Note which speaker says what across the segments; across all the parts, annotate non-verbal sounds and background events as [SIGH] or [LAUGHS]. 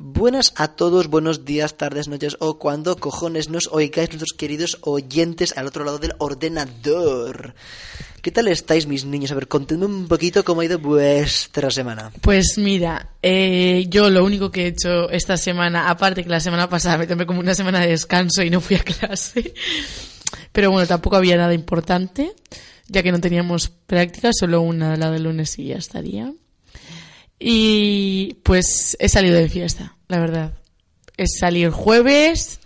Speaker 1: Buenas a todos, buenos días, tardes, noches o cuando cojones nos oigáis nuestros queridos oyentes al otro lado del ordenador. ¿Qué tal estáis mis niños? A ver, contadme un poquito cómo ha ido vuestra semana.
Speaker 2: Pues mira, eh, yo lo único que he hecho esta semana, aparte que la semana pasada me tomé como una semana de descanso y no fui a [LAUGHS] clase, pero bueno, tampoco había nada importante, ya que no teníamos práctica, solo una la del lunes y ya estaría. Y pues he salido de fiesta, la verdad. He salido el jueves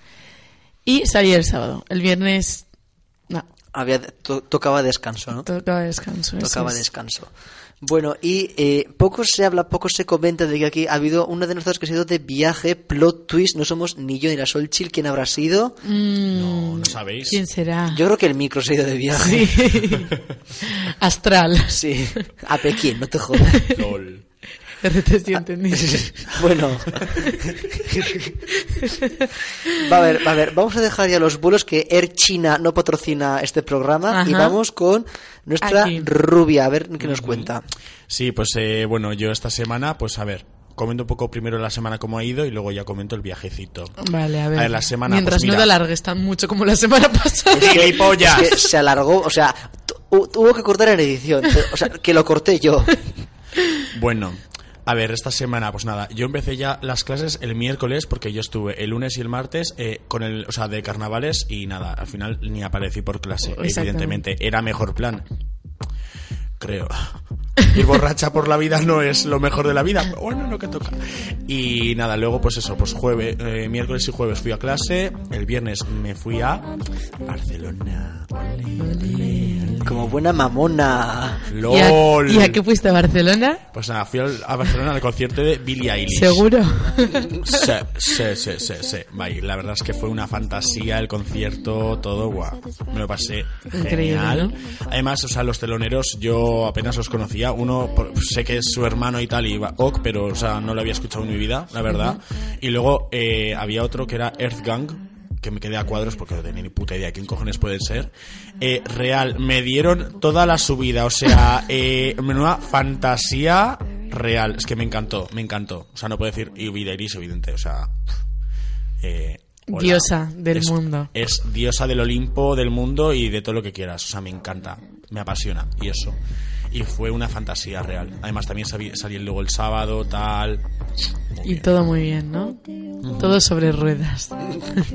Speaker 2: y salí el sábado. El viernes, no,
Speaker 1: Había, to- tocaba descanso, ¿no?
Speaker 2: tocaba descanso. eso
Speaker 1: Ah. Tocaba
Speaker 2: es.
Speaker 1: descanso. Bueno, y eh, poco se habla, poco se comenta de que aquí ha habido una de nosotros que se ha ido de viaje, plot twist, no somos ni yo ni la Solchil, ¿quién habrá sido?
Speaker 2: Ah.
Speaker 3: No, no sabéis.
Speaker 2: ¿Quién será?
Speaker 1: Yo creo que el micro se ha ido de viaje.
Speaker 2: Sí. Astral.
Speaker 1: [LAUGHS]
Speaker 2: [LAUGHS]
Speaker 1: Sí. A Pekín, no te jodas.
Speaker 3: [LAUGHS] LOL.
Speaker 1: Ah. [LAUGHS]
Speaker 2: RTC, ¿entendís? [LAUGHS]
Speaker 1: Bueno. va a ver, va a ver, vamos a dejar ya los vuelos que Air China no patrocina este programa y
Speaker 2: Ajá.
Speaker 1: vamos con nuestra
Speaker 2: Aquí.
Speaker 1: rubia, a ver qué nos cuenta.
Speaker 3: Sí, pues eh, bueno, yo esta semana, pues a ver, comento un poco primero la semana cómo ha ido y luego ya comento el viajecito.
Speaker 2: Vale, a ver.
Speaker 3: A ver, la semana,
Speaker 2: Mientras
Speaker 3: pues
Speaker 2: no te
Speaker 3: mira.
Speaker 2: alargues tan mucho como la semana [LAUGHS] pasada.
Speaker 3: ¡Gilipollas!
Speaker 1: Es que se alargó, o sea, tu- hu- tuvo que cortar en edición, o sea, que lo corté yo.
Speaker 3: Bueno, a ver, esta semana, pues nada, yo empecé ya las clases el miércoles porque yo estuve el lunes y el martes eh, con el, o sea, de carnavales y nada, al final ni aparecí por clase,
Speaker 2: Exactamente.
Speaker 3: evidentemente, era mejor plan. Creo. [LAUGHS] Ir borracha por la vida no es lo mejor de la vida, pero bueno, lo que toca. Y nada, luego pues eso, pues jueves, eh, miércoles y jueves fui a clase, el viernes me fui a Barcelona.
Speaker 1: Como buena mamona.
Speaker 2: ¿Y a-
Speaker 3: LOL.
Speaker 2: ¿Y a, qué fuiste a Barcelona?
Speaker 3: Pues nada, fui al- a Barcelona al concierto de Billie
Speaker 1: [LAUGHS]
Speaker 3: Eilish.
Speaker 2: Seguro.
Speaker 3: Sí, sí, sí, sí, sí. Vaya, la verdad es que fue una fantasía el concierto, todo, guau. Me lo pasé
Speaker 2: Increíble,
Speaker 3: genial. Además, o sea, los teloneros yo apenas los conocía. Uno por- sé que es su hermano y tal, y va- ok, pero, o sea, no lo había escuchado en mi vida, la verdad. Y luego eh, había otro que era Earth Gang. Que me quedé a cuadros porque no tenía ni puta idea quién cojones pueden ser. Eh, real, me dieron toda la subida, o sea, eh, menuda fantasía real. Es que me encantó, me encantó. O sea, no puedo decir y Billie Eilish, evidente, o sea. eh, hola.
Speaker 2: Diosa del
Speaker 3: Es-
Speaker 2: mundo.
Speaker 3: Es diosa del Olimpo, del mundo y de todo lo que quieras. O sea, me encanta, me apasiona y eso. Y fue una fantasía real. Además, también sabí- salí luego el sábado, tal. Muy
Speaker 2: Y
Speaker 3: bien.
Speaker 2: todo muy bien, ¿no? Todo sobre ruedas.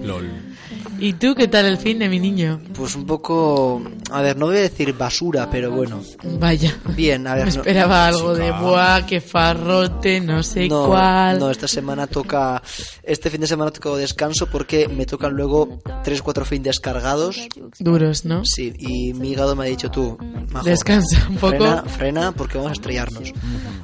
Speaker 3: LOL.
Speaker 2: ¿Y tú qué tal el fin de mi niño?
Speaker 1: Pues un poco, a ver, no voy a decir basura, pero bueno.
Speaker 2: Vaya.
Speaker 1: Bien, a ver,
Speaker 2: Me
Speaker 1: no-
Speaker 2: esperaba algo de
Speaker 3: chica.
Speaker 2: buah, qué farrote, no sé
Speaker 1: No,
Speaker 2: cuál.
Speaker 1: no, esta semana toca. Este fin de semana toca descanso porque me tocan luego 3-4 fin descargados.
Speaker 2: Duros, ¿no?
Speaker 1: Sí, y mi hígado me ha dicho tú. Majo,
Speaker 2: Descansa un poco.
Speaker 1: Frena, frena porque vamos a estrellarnos.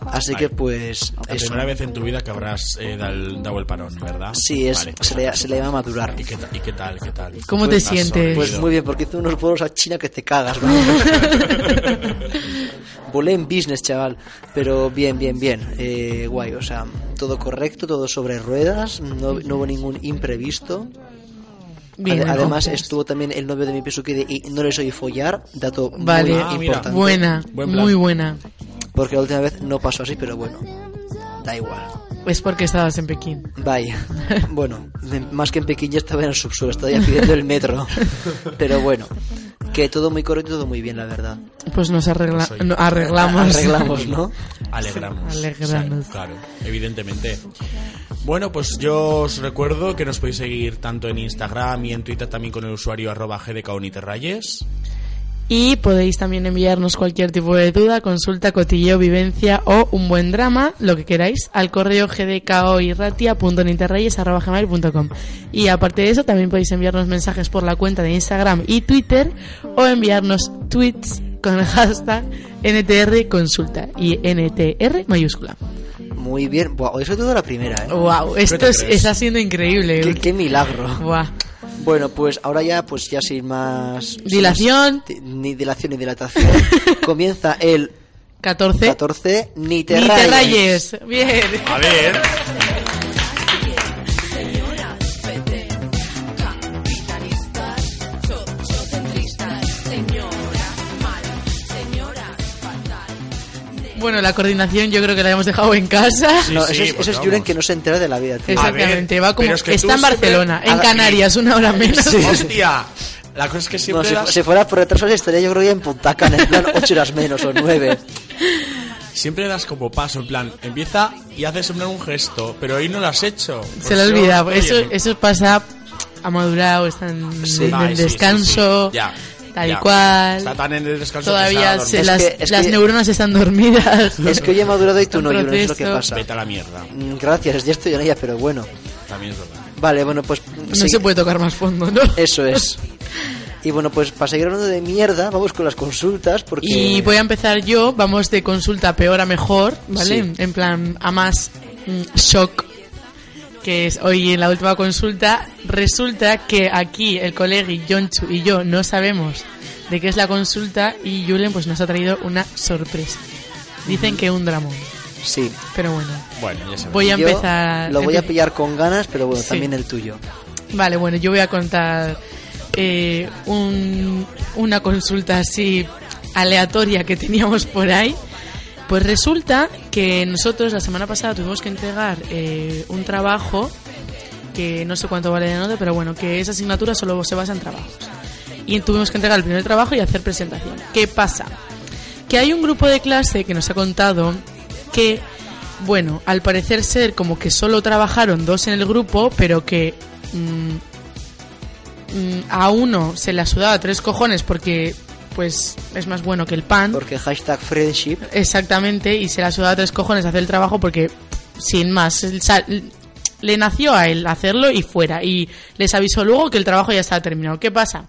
Speaker 1: Así que pues.
Speaker 3: La
Speaker 1: eso.
Speaker 3: primera vez en tu vida que habrás eh, dal- dado el parón, ¿verdad?
Speaker 1: Sí, es,
Speaker 3: Vale. pues
Speaker 1: se, le, se le llama madurar.
Speaker 3: ¿Y qué, ta- y qué tal? ¿Qué tal?
Speaker 2: ¿Cómo
Speaker 3: Pues,
Speaker 2: te
Speaker 3: has
Speaker 2: sientes?
Speaker 1: Pues
Speaker 3: sobrevivido.
Speaker 1: muy bien, porque hice unos vuelos a China que te cagas, ¿no? [LAUGHS] Volé en business, chaval. Pero bien, bien, bien. Eh, guay, o sea, todo correcto, todo sobre ruedas. No, no hubo ningún imprevisto.
Speaker 2: Bien, Pues-
Speaker 1: Ade- Además,
Speaker 2: entonces.
Speaker 1: estuvo también el novio de mi Pisuki de y no les oí follar. Dato
Speaker 2: Vale,
Speaker 1: muy
Speaker 3: Ah, mira.
Speaker 1: importante.
Speaker 2: buena,
Speaker 3: Buen plan.
Speaker 2: muy buena.
Speaker 1: Porque la última vez no pasó así, pero bueno. Da igual.
Speaker 2: Es porque estabas en Pekín. [LAUGHS]
Speaker 1: Vaya. Bueno, de- más que en Pekín ya estaba en el subsuelo, estaba ya pidiendo el
Speaker 2: [LAUGHS]
Speaker 1: metro. Pero bueno, que todo muy correcto, todo muy bien, la verdad.
Speaker 2: Pues nos arregla-
Speaker 3: Soy-
Speaker 2: no, arreglamos.
Speaker 1: [LAUGHS] Arreglamos, ¿no?
Speaker 2: [LAUGHS]
Speaker 3: Alegramos.
Speaker 2: Alegrarnos.
Speaker 3: O sea, claro, evidentemente. Bueno, pues yo os recuerdo que nos podéis seguir tanto en Instagram y en Twitter también con el usuario arroba gdcauniterrayes.
Speaker 2: Y podéis también enviarnos cualquier tipo de duda, consulta, cotilleo, vivencia o un buen drama, lo que queráis, al correo gmail.com Y aparte de eso, también podéis enviarnos mensajes por la cuenta de Instagram y Twitter o enviarnos tweets con el hashtag NTR consulta y NTR mayúscula.
Speaker 1: Muy bien. Buah, hoy sobre todo la primera, ¿eh?
Speaker 2: Wow, esto
Speaker 3: te
Speaker 2: es-
Speaker 3: crees?
Speaker 2: está siendo increíble.
Speaker 1: Qué, qué milagro.
Speaker 2: Buah.
Speaker 1: Bueno, pues ahora ya, pues ya sin más... sin más
Speaker 2: Dilación.
Speaker 1: di- ni dilación ni dilatación.
Speaker 2: [LAUGHS]
Speaker 1: Comienza el
Speaker 2: 14.
Speaker 1: 14, ni te
Speaker 2: Ni te
Speaker 1: rayes.
Speaker 2: rayes. Bien.
Speaker 3: A ver.
Speaker 2: Bueno, la coordinación yo creo que la hemos dejado en casa.
Speaker 3: Sí,
Speaker 1: No, eso es,
Speaker 3: pues
Speaker 1: eso es
Speaker 3: vamos.
Speaker 1: Julen que no se entera de la vida, tío.
Speaker 3: Ah,
Speaker 2: Exactamente,
Speaker 3: A ver,
Speaker 2: va como
Speaker 3: pero es que
Speaker 2: está
Speaker 3: tú
Speaker 2: en
Speaker 3: siempre-
Speaker 2: Barcelona,
Speaker 3: a
Speaker 2: en
Speaker 3: la-
Speaker 2: Canarias, una hora menos.
Speaker 3: ¡Hostia! La cosa es que
Speaker 1: No,
Speaker 3: siempre.
Speaker 1: si,
Speaker 3: das-
Speaker 1: si fuera por retraso estaría yo creo que en Punta Cana, en plan 8 horas menos o
Speaker 2: [LAUGHS]
Speaker 1: 9.
Speaker 3: Siempre das como paso, en plan, empieza y haces en plan un gesto, pero hoy no lo has hecho. Pues
Speaker 2: Se le olvida, eso, eso pasa a madurado, están en el descanso, tal y cual.
Speaker 3: Está tan en el descanso
Speaker 2: Todavía
Speaker 3: que se
Speaker 2: se-
Speaker 1: dormido.
Speaker 2: las,
Speaker 1: Es que- es
Speaker 2: las
Speaker 1: que-
Speaker 2: neuronas están dormidas.
Speaker 1: Es que hoy he madurado y tú no,
Speaker 2: Un
Speaker 1: Julen, es lo que
Speaker 2: protesto.
Speaker 1: pasa.
Speaker 3: Vete a la mierda.
Speaker 1: Mm, Gracias, ya estoy en ella, pero bueno.
Speaker 3: También es verdad.
Speaker 1: Vale, bueno, pues...
Speaker 2: [LAUGHS] No
Speaker 1: sí,
Speaker 2: se puede tocar más fondo, ¿no?
Speaker 1: Eso
Speaker 2: [LAUGHS]
Speaker 1: es. Y bueno, pues para seguir hablando de mierda, vamos con las consultas, porque...
Speaker 2: Y voy a empezar yo, vamos de consulta peor a mejor, ¿vale?
Speaker 1: Sí.
Speaker 2: En plan, a más mm, shock, que es hoy en la última consulta. Resulta que aquí el colegui Jonchu y yo no sabemos de qué es la consulta y Julen pues nos ha traído una sorpresa. Dicen que un dramón,
Speaker 1: Sí.
Speaker 2: pero bueno.
Speaker 3: Bueno, ya sabes.
Speaker 2: Voy a
Speaker 1: Yo
Speaker 2: empezar...
Speaker 1: Lo voy a
Speaker 2: empe-
Speaker 1: pillar con ganas, pero bueno,
Speaker 2: Sí.
Speaker 1: también el tuyo.
Speaker 2: Vale, bueno, yo voy a contar eh, un- una consulta así aleatoria que teníamos por ahí. Pues resulta que nosotros la semana pasada tuvimos que entregar eh, un trabajo que no sé cuánto vale de nota, pero bueno, que esa asignatura solo se basa en trabajos. Y tuvimos que entregar el primer trabajo y hacer presentación. ¿Qué pasa? Que hay un grupo de clase que nos ha contado que, bueno, al parecer ser como que solo trabajaron dos en el grupo, pero que mm, mm, a uno se le ha sudado tres cojones porque pues es más bueno que el pan.
Speaker 1: Porque hashtag friendship...
Speaker 2: Exactamente, y se la sudaba tres cojones hacer el trabajo porque, sin más, o sea, le nació a él hacerlo y fuera. Y les avisó luego que el trabajo ya estaba terminado. ¿Qué pasa?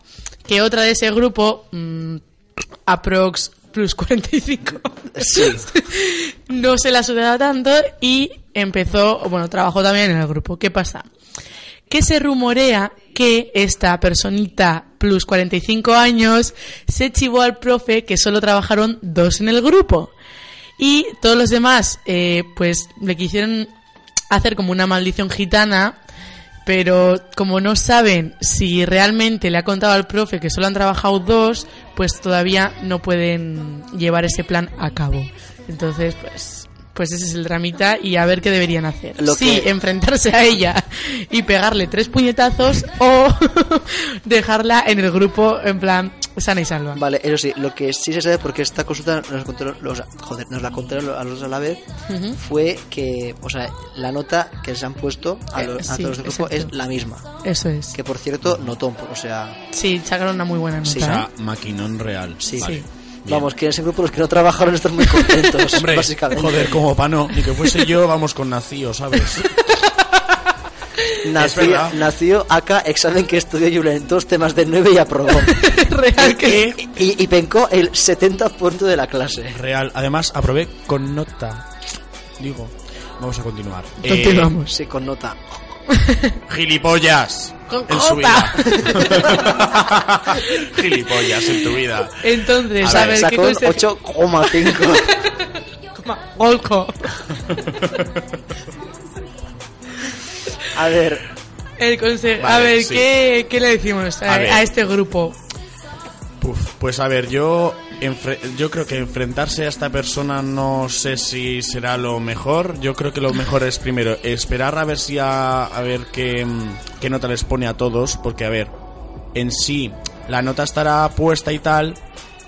Speaker 2: Que otra de ese grupo, mm, aprox plus 45,
Speaker 1: Sí.
Speaker 2: [LAUGHS] no se la sudaba tanto y empezó, bueno, trabajó también en el grupo. ¿Qué pasa? que se rumorea que esta personita plus 45 años se chivó al profe que solo trabajaron dos en el grupo. Y todos los demás, eh, pues le quisieron hacer como una maldición gitana, pero como no saben si realmente le ha contado al profe que solo han trabajado dos, pues todavía no pueden llevar ese plan a cabo. Entonces, pues... Pues ese es el dramita y a ver qué deberían hacer.
Speaker 1: Lo
Speaker 2: Sí,
Speaker 1: que-
Speaker 2: enfrentarse a ella y pegarle tres puñetazos o [LAUGHS] dejarla en el grupo en plan sana y salva.
Speaker 1: Vale, eso sí, lo que sí se sabe, porque esta consulta nos, la contaron los, joder, nos la contaron a los dos a la vez,
Speaker 2: Ujú.
Speaker 1: fue que, o sea, la nota que se han puesto a,
Speaker 2: Eh,
Speaker 1: los, a
Speaker 2: sí,
Speaker 1: todos los grupos es
Speaker 2: exacto.
Speaker 1: la misma.
Speaker 2: Eso es.
Speaker 1: Que por cierto, no tompo, o sea,
Speaker 2: Sí, sacaron una muy buena nota. ¿eh?
Speaker 1: Sí.
Speaker 3: O
Speaker 2: [LAUGHS]
Speaker 3: sea, maquinón real.
Speaker 1: sí.
Speaker 3: Vale.
Speaker 2: Sí.
Speaker 3: Bien. [LAUGHS] Pues
Speaker 1: Vamos, que en ese grupo los que no trabajaron están muy contentos,
Speaker 3: Hombre,
Speaker 1: básicamente.
Speaker 3: joder, como pa' no. Ni que fuese yo, vamos con Nacío, ¿sabes? es
Speaker 1: Nació,
Speaker 3: verdad.
Speaker 1: nació acá, examen que estudió Julen, dos temas de nueve y aprobó.
Speaker 2: ¿eh? Real que
Speaker 1: y, y- y pencó el 70% de la clase.
Speaker 3: Real. Además, aprobé con nota. Digo, vamos a continuar. Eh,
Speaker 2: Continuamos.
Speaker 1: Sí, con nota.
Speaker 3: gilipollas.
Speaker 2: Con
Speaker 3: en su
Speaker 2: jota.
Speaker 3: vida. [LAUGHS] gilipollas en tu vida.
Speaker 2: Entonces,
Speaker 3: A
Speaker 2: a,
Speaker 3: ver,
Speaker 2: ver, ¿qué
Speaker 1: Sacó un
Speaker 2: conse- [LAUGHS]
Speaker 1: 8,5.
Speaker 2: Golco.
Speaker 1: A ver,
Speaker 2: El conse- a
Speaker 3: Vale,
Speaker 2: ver,
Speaker 3: sí.
Speaker 2: ¿qué, qué le decimos a,
Speaker 3: A ver.
Speaker 2: a este grupo?
Speaker 3: Puf, pues a ver, yo, enfre- yo creo que enfrentarse a esta persona no sé si será lo mejor. Yo creo que lo mejor es primero esperar a ver si a, a ver qué, mm, qué nota les pone a todos, porque a ver, en sí la nota estará puesta y tal.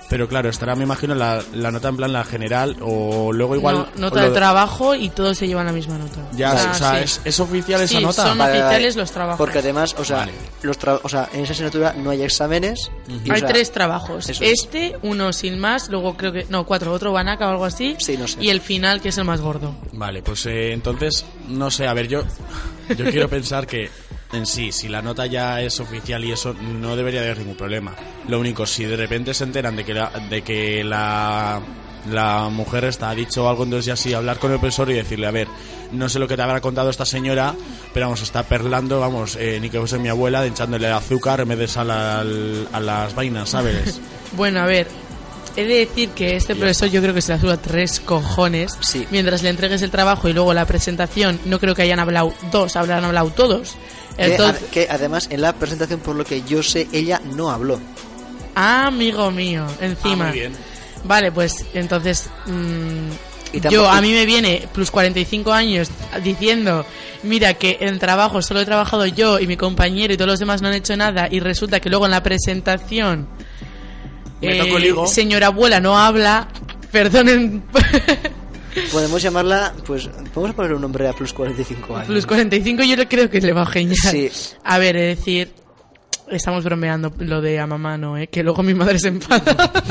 Speaker 3: Pero claro, estará, me imagino, la, la nota en plan la general o luego igual...
Speaker 2: No- nota
Speaker 3: lo-
Speaker 2: de trabajo y todos se llevan la misma nota.
Speaker 3: Ya, o sea,
Speaker 2: sí.
Speaker 3: ¿es, es oficial esa
Speaker 2: Sí,
Speaker 3: nota?
Speaker 2: son-
Speaker 1: Vale, vale,
Speaker 2: oficiales
Speaker 1: vale.
Speaker 2: los trabajos.
Speaker 1: Porque además, o sea,
Speaker 3: Vale.
Speaker 1: los tra- o sea, en esa asignatura no hay exámenes. y, o
Speaker 2: Hay
Speaker 1: sea,
Speaker 2: tres trabajos.
Speaker 1: eso es.
Speaker 2: Este, uno sin más, luego creo que... No, cuatro. Otro Banaka o algo así.
Speaker 1: Sí, no sé.
Speaker 2: Y el final, que es el más gordo.
Speaker 3: Vale, pues eh, entonces, no sé, a ver, yo, yo quiero pensar que en sí, si la nota ya es oficial y eso, no debería de haber ningún problema. Lo único, si de repente se enteran de que la, de que la la mujer está, ha dicho algo, entonces ya sí, hablar con el profesor y decirle, a ver, no sé lo que te habrá contado esta señora, pero vamos, está perlando, vamos, eh, ni que fuese mi abuela, echándole azúcar en vez de sal al- a las vainas, ¿sabes?
Speaker 2: Bueno, a ver. He de decir que este profesor yo creo que se la suda tres cojones.
Speaker 1: Sí.
Speaker 2: Mientras le entregues el trabajo y luego la presentación, no creo que hayan hablado dos, habrán hablado todos.
Speaker 1: Que,
Speaker 2: Entonces,
Speaker 1: ad- que además en la presentación, por lo que yo sé, ella no habló.
Speaker 2: ah, amigo mío,
Speaker 3: Ah,
Speaker 2: encima.
Speaker 3: muy bien.
Speaker 2: Vale, pues entonces mm,
Speaker 1: Y tampoco-
Speaker 2: yo a mí me viene plus 45 años diciendo, mira que en trabajo solo he trabajado yo y mi compañero y todos los demás no han hecho nada y resulta que luego en la presentación eh,
Speaker 3: Me toco el higo.
Speaker 2: señora abuela no habla, perdonen [LAUGHS]
Speaker 1: Podemos llamarla, pues, podemos poner un nombre a plus 45 años.
Speaker 2: plus 45 yo le creo que le va a genial.
Speaker 1: Sí.
Speaker 2: A ver, es decir, estamos bromeando lo de a mamá no, ¿eh? que luego mi madre se enfada. [LAUGHS]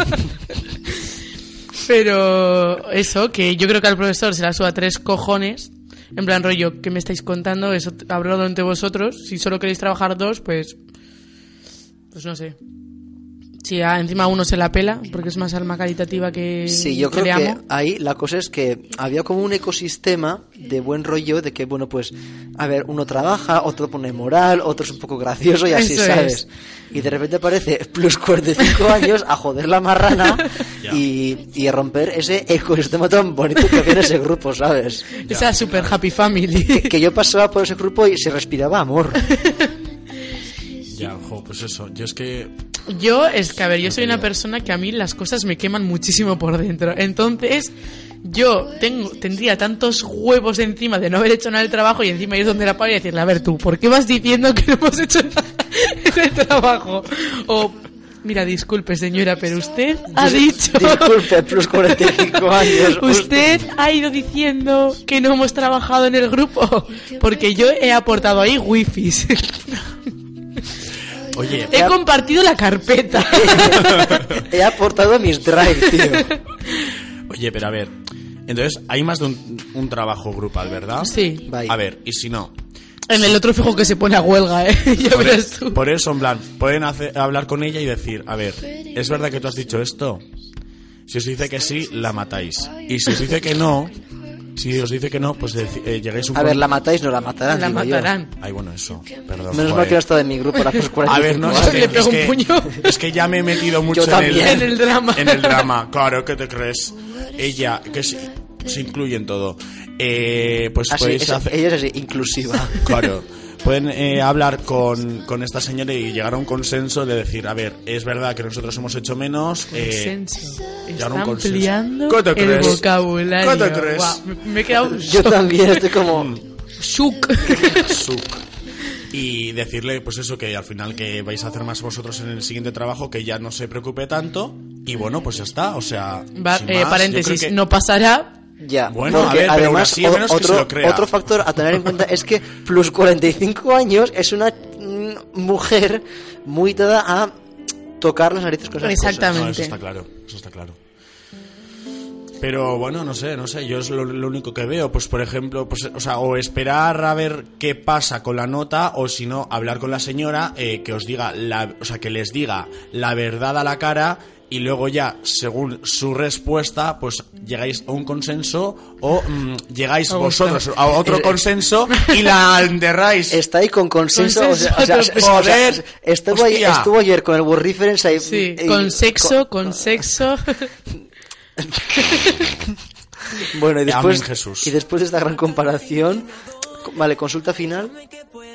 Speaker 2: Pero eso, que yo creo que al profesor se la suba tres cojones. En plan, rollo, ¿qué me estáis contando? Eso t- hablado entre vosotros. Si solo queréis trabajar dos, pues. Pues no sé. Si a- encima uno se la pela, porque es más alma caritativa que.
Speaker 1: Sí, yo
Speaker 2: que
Speaker 1: creo
Speaker 2: le
Speaker 1: que
Speaker 2: amo.
Speaker 1: ahí la cosa es que había como un ecosistema de buen rollo, de que, bueno, pues, a ver, uno trabaja, otro pone moral, otro es un poco gracioso y así,
Speaker 2: Eso
Speaker 1: ¿sabes?
Speaker 2: es.
Speaker 1: Y de repente aparece plus 45 años a joder la
Speaker 2: [LAUGHS]
Speaker 1: marrana y, y a romper ese ecosistema tan bonito que tiene ese grupo, ¿sabes?
Speaker 2: Esa super happy
Speaker 1: Que,
Speaker 2: family.
Speaker 1: que yo pasaba por ese grupo y se respiraba amor.
Speaker 3: Ya, jo, pues eso, yo es que...
Speaker 2: Yo es que, a ver, yo soy una persona que a mí las cosas me queman muchísimo por dentro. Entonces, yo tengo, tendría tantos huevos encima de no haber hecho nada del trabajo y encima ir donde la pava y decirle, a ver tú, ¿por qué vas diciendo que no hemos hecho nada [LAUGHS] del trabajo? O, mira, disculpe señora, pero usted ha dicho...
Speaker 1: [LAUGHS] Disculpe, plus 45
Speaker 2: [LAUGHS]
Speaker 1: años.
Speaker 2: Usted ha ido diciendo que no hemos trabajado en el grupo porque yo he aportado ahí wifis.
Speaker 3: Oye,
Speaker 2: He compartido la carpeta.
Speaker 1: He aportado mis drive, tío.
Speaker 3: oye, pero a ver, entonces hay más de un, un trabajo grupal, ¿verdad?
Speaker 2: Sí.
Speaker 1: Bye.
Speaker 3: A ver, y
Speaker 2: [LAUGHS]
Speaker 3: si no,
Speaker 2: En el otro fijo que se pone a huelga, ¿eh? [LAUGHS] Ya
Speaker 3: Por,
Speaker 2: verás
Speaker 3: e-
Speaker 2: tú.
Speaker 3: por eso, en plan, pueden hacer- hablar con ella y decir, a ver, ¿es verdad que tú has dicho esto? Si os dice que sí, la matáis. Y si os dice que no, si os dice que no, pues deci- eh, llegáis un
Speaker 1: A ver,
Speaker 3: con-
Speaker 1: la matáis, no la matarán.
Speaker 2: La
Speaker 1: digo yo.
Speaker 2: matarán.
Speaker 3: Ay, bueno, eso. Perdón.
Speaker 1: Menos
Speaker 3: joder.
Speaker 1: mal que no está de mi grupo la plus 45
Speaker 3: A ver,
Speaker 1: [LAUGHS]
Speaker 3: no, es
Speaker 1: años.
Speaker 3: que,
Speaker 2: Le pego
Speaker 3: es que-
Speaker 2: un puño.
Speaker 3: es que ya me he metido mucho
Speaker 1: Yo
Speaker 3: en el,
Speaker 1: también.
Speaker 2: En el drama.
Speaker 3: En el
Speaker 2: [LAUGHS]
Speaker 3: drama, claro, ¿qué te crees? Ella, que se, se incluye en todo. Eh, pues
Speaker 1: Así,
Speaker 3: podéis
Speaker 1: es-
Speaker 3: hacer-
Speaker 1: Ella es así, inclusiva.
Speaker 3: [LAUGHS]
Speaker 1: [LAUGHS]
Speaker 3: Claro. Pueden eh, hablar con, con esta señora y llegar a un consenso de decir, a ver, es verdad que nosotros hemos hecho menos. eh,
Speaker 2: Consenso.
Speaker 3: ya
Speaker 2: Está
Speaker 3: no un consenso.
Speaker 2: ampliando
Speaker 3: ¿Qué te
Speaker 2: el
Speaker 3: crees?
Speaker 2: vocabulario.
Speaker 3: ¿Qué te crees?
Speaker 2: Guau, me- me he quedado
Speaker 1: Yo también estoy como...
Speaker 3: [LAUGHS]
Speaker 2: shook.
Speaker 3: suc. Y decirle, pues eso, que al final que vais a hacer más vosotros en el siguiente trabajo, que ya no se preocupe tanto. Y bueno, pues ya está. O sea,
Speaker 2: Va,
Speaker 3: sin
Speaker 2: eh,
Speaker 3: más, yo
Speaker 2: paréntesis,
Speaker 3: creo que-
Speaker 2: no pasará.
Speaker 1: Ya,
Speaker 3: Bueno,
Speaker 1: porque
Speaker 3: a ver, pero aún
Speaker 1: además
Speaker 3: así, al
Speaker 1: o-
Speaker 3: menos que
Speaker 1: otro,
Speaker 3: se lo crea.
Speaker 1: otro factor a tener en cuenta es que plus 45 años es una mm, mujer muy dada a tocar las narices con esas
Speaker 2: Exactamente.
Speaker 3: No, eso está claro, eso está claro. Pero bueno, no sé, no sé, yo es lo, lo único que veo, pues por ejemplo, pues o sea, o esperar a ver qué pasa con la nota o si no hablar con la señora eh, que os diga la, o sea, que les diga la verdad a la cara y luego ya, según su respuesta, pues llegáis a un consenso o mm, llegáis
Speaker 2: Me gusta.
Speaker 3: vosotros a otro
Speaker 1: Eh,
Speaker 3: consenso y la enterráis.
Speaker 1: cosas. Está ahí con consenso.
Speaker 2: Consenso,
Speaker 1: o sea, o sea,
Speaker 2: otro-
Speaker 1: o sea,
Speaker 3: Joder,
Speaker 1: estuvo, ayer,
Speaker 3: hostia.
Speaker 1: estuvo ayer con el Word Reference ahí.
Speaker 2: Sí,
Speaker 1: eh,
Speaker 2: con sexo, con
Speaker 3: [LAUGHS]
Speaker 2: sexo.
Speaker 1: con- bueno, y después,
Speaker 3: Amén, Jesús.
Speaker 1: y después de esta gran comparación. co- Vale, consulta final.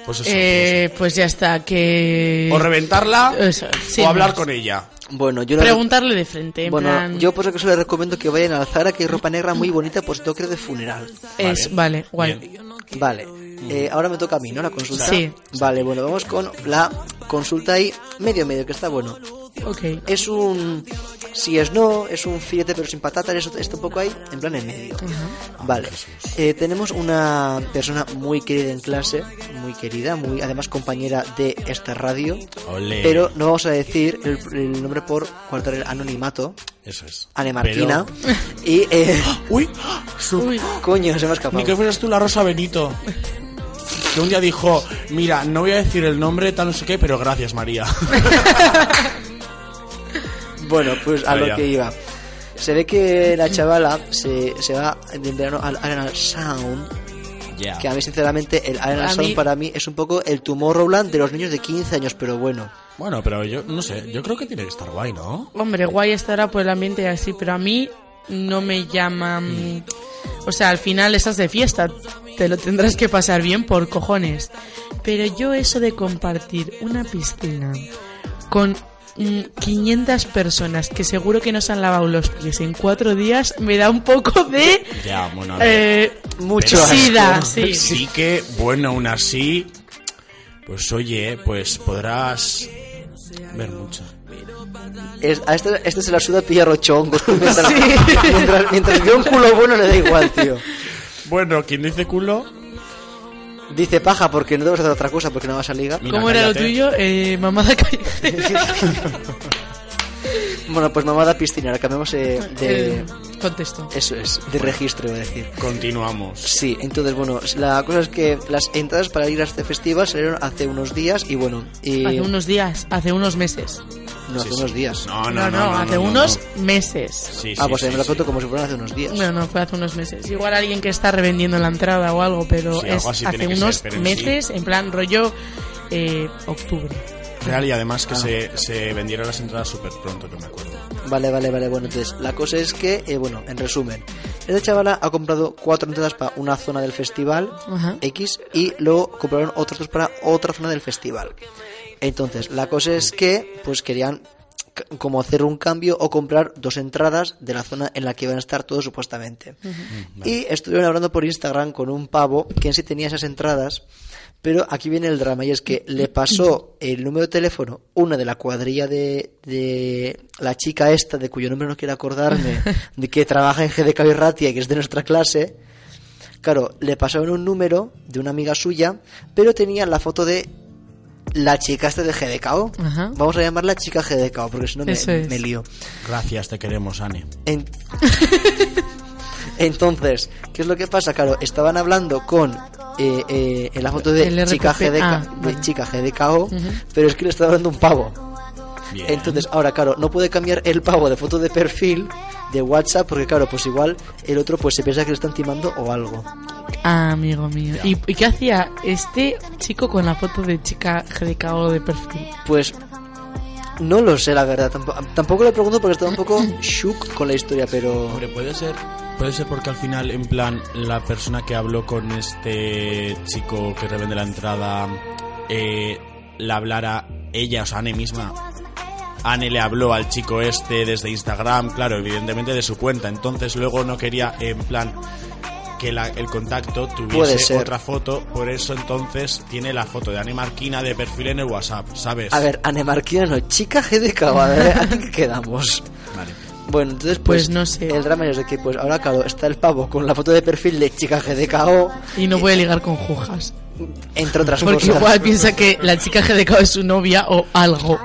Speaker 3: Pues eso,
Speaker 2: Eh, pues ya está, que...
Speaker 3: pues eso. O reventarla
Speaker 2: eso, sí,
Speaker 3: o hablar
Speaker 2: más.
Speaker 3: con ella.
Speaker 1: Bueno, yo le-
Speaker 2: Preguntarle de frente, en
Speaker 1: bueno,
Speaker 2: plan...
Speaker 1: yo por eso le recomiendo que vayan al Zara, que hay ropa negra muy bonita, pues creo de funeral.
Speaker 2: Es, vale, guay.
Speaker 3: Bien.
Speaker 1: Vale, eh, ahora me toca a mí, ¿no? La consulta.
Speaker 2: Sí.
Speaker 1: Vale, bueno, vamos con la consulta ahí, medio medio, que está bueno.
Speaker 2: Ok.
Speaker 1: Es un si es no, es un filete pero sin patatas, eso está un poco ahí, en plan en medio. Vale, eh, tenemos una persona muy querida en clase, muy querida, muy además compañera de esta radio,
Speaker 3: Ole.
Speaker 1: pero no vamos a decir el, el nombre por guardar el anonimato,
Speaker 3: Eso es.
Speaker 1: Ane Martina, y... eh,
Speaker 3: Uy,
Speaker 2: Uy,
Speaker 1: Coño, se me ha
Speaker 3: ni que
Speaker 1: escapado.
Speaker 3: fueras tú la Rosa Benito. Que un día dijo, mira, no voy a decir el nombre, tal no sé qué,
Speaker 1: [LAUGHS]
Speaker 3: pero gracias María.
Speaker 1: Bueno, pues a
Speaker 3: Ah,
Speaker 1: lo
Speaker 3: ya.
Speaker 1: que iba. Se ve que la chavala se, se va en verano al Arenal Sound.
Speaker 3: Ya.
Speaker 1: Que a mí, sinceramente, el Arenal
Speaker 2: A
Speaker 1: Sound
Speaker 2: mí-
Speaker 1: para mí es un poco el Tomorrowland de los niños de 15 años, pero bueno.
Speaker 3: Bueno, pero yo no sé, yo creo que tiene que estar guay, ¿no?
Speaker 2: Hombre, guay estará por el ambiente y así, pero a mí no me llaman... O sea, al final estás de fiesta, te lo tendrás que pasar bien por cojones. Pero yo eso de compartir una piscina con mm, 500 personas que seguro que no se han lavado los pies en cuatro días me da un poco de...
Speaker 3: Ya, bueno, a ver.
Speaker 2: Eh,
Speaker 1: Mucho
Speaker 3: Pero-
Speaker 1: asco.
Speaker 2: sida, sí.
Speaker 3: Sí que, bueno, aún así, pues oye, pues podrás ver mucho.
Speaker 1: Es- a este, este se la suda pillar los chongos. [LAUGHS] Mientras,
Speaker 2: Sí.
Speaker 1: mientras, mientras vea un culo bueno le da igual, tío.
Speaker 3: Bueno, quien dice culo,
Speaker 1: Dice paja porque no te vas a hacer otra cosa porque no vas a ligar.
Speaker 3: Mira,
Speaker 2: ¿Cómo era lo
Speaker 3: cállate.
Speaker 2: tuyo? Eh, [LAUGHS] mamada callejera.
Speaker 1: Bueno, pues mamada piscina, ahora cambiamos eh, de...
Speaker 2: Eh, Contesto.
Speaker 1: Eso es, de registro, iba a decir.
Speaker 3: continuamos.
Speaker 1: Sí, entonces, bueno, la cosa es que las entradas para ir a este festival salieron hace unos días y bueno...
Speaker 3: eh,
Speaker 1: Y...
Speaker 2: Hace unos días, hace unos meses.
Speaker 1: No, hace
Speaker 3: Sí, sí.
Speaker 1: unos días.
Speaker 3: No, Ah,
Speaker 2: No,
Speaker 3: no,
Speaker 2: no,
Speaker 3: no, no,
Speaker 2: hace
Speaker 3: no, no.
Speaker 2: unos meses.
Speaker 3: Sí,
Speaker 1: ah,
Speaker 3: sí,
Speaker 1: pues ahí
Speaker 3: sí,
Speaker 1: me lo
Speaker 3: sí.
Speaker 1: cuento como si fueran hace unos días.
Speaker 2: No, no, fue hace unos meses. Igual alguien que está revendiendo la entrada o algo, pero
Speaker 3: Sí,
Speaker 2: es
Speaker 3: algo así
Speaker 2: hace
Speaker 3: tiene que
Speaker 2: unos
Speaker 3: ser, pero en
Speaker 2: meses, en plan rollo eh, octubre.
Speaker 3: Real y además que se, se vendieron las entradas súper pronto, que me acuerdo.
Speaker 1: Vale, vale, vale. Bueno, entonces, la cosa es que, eh, bueno, en resumen, esta chavala ha comprado cuatro entradas para una zona del festival
Speaker 2: Ajá.
Speaker 1: X y luego compraron otras dos para otra zona del festival. Entonces, la cosa es que, pues querían c- como hacer un cambio o comprar dos entradas de la zona en la que iban a estar todos supuestamente. Y estuvieron hablando por Instagram con un pavo que en sí tenía esas entradas, pero aquí viene el drama y es que le pasó el número de teléfono una de la cuadrilla de, de la chica esta, de cuyo nombre no quiero acordarme, de que trabaja en GDK Ratia y que es de nuestra clase. Claro, le pasaron un número de una amiga suya, pero tenía la foto de la chica esta de GDKO.
Speaker 2: Ajá.
Speaker 1: Vamos a llamarla chica GDKO, porque si no me,
Speaker 2: Eso es.
Speaker 1: me lío.
Speaker 3: Gracias, te queremos, Anne.
Speaker 1: En- [LAUGHS] Entonces, ¿qué es lo que pasa? Claro, estaban hablando con eh, eh, en la foto de
Speaker 2: El RQP.
Speaker 1: chica, GDK,
Speaker 2: Ah,
Speaker 1: de
Speaker 2: vale.
Speaker 1: chica GDKO,
Speaker 2: Ujú.
Speaker 1: pero es que le estaba hablando un pavo.
Speaker 3: Bien.
Speaker 1: Entonces, ahora, claro, no puede cambiar el pavo de foto de perfil de WhatsApp, porque claro, pues igual el otro pues se piensa que le están timando o algo.
Speaker 2: Ah, amigo mío. ¿Y, y qué hacía este chico con la foto de chica GDKO de perfil?
Speaker 1: Pues no lo sé, la verdad. Tampo- Tampoco, le pregunto porque estaba un poco shook con la historia, pero.
Speaker 3: Hombre, puede ser, puede ser porque al final, en plan, la persona que habló con este chico que revende la entrada, eh, la hablara ella, o sea, Anne misma. Anne le habló al chico este desde Instagram, claro, evidentemente de su cuenta. Entonces luego no quería, en plan, que la- el contacto
Speaker 1: Puede
Speaker 3: tuviese
Speaker 1: ser.
Speaker 3: otra foto. Por eso entonces tiene la foto de Anne Marquina de perfil en el WhatsApp, ¿sabes?
Speaker 1: A ver, Anemarquina no, chica GDK, a ver, ¿eh? ¿a qué quedamos?
Speaker 3: Vale.
Speaker 1: Bueno, entonces pues,
Speaker 2: Pues no sé.
Speaker 1: El drama es de que pues ahora claro, está el pavo con la foto de perfil de chica GDKO,
Speaker 2: Y no puede ligar con Jujas.
Speaker 1: entre otras
Speaker 2: Porque
Speaker 1: cosas.
Speaker 2: igual piensa que la chica GDKO es su novia o algo.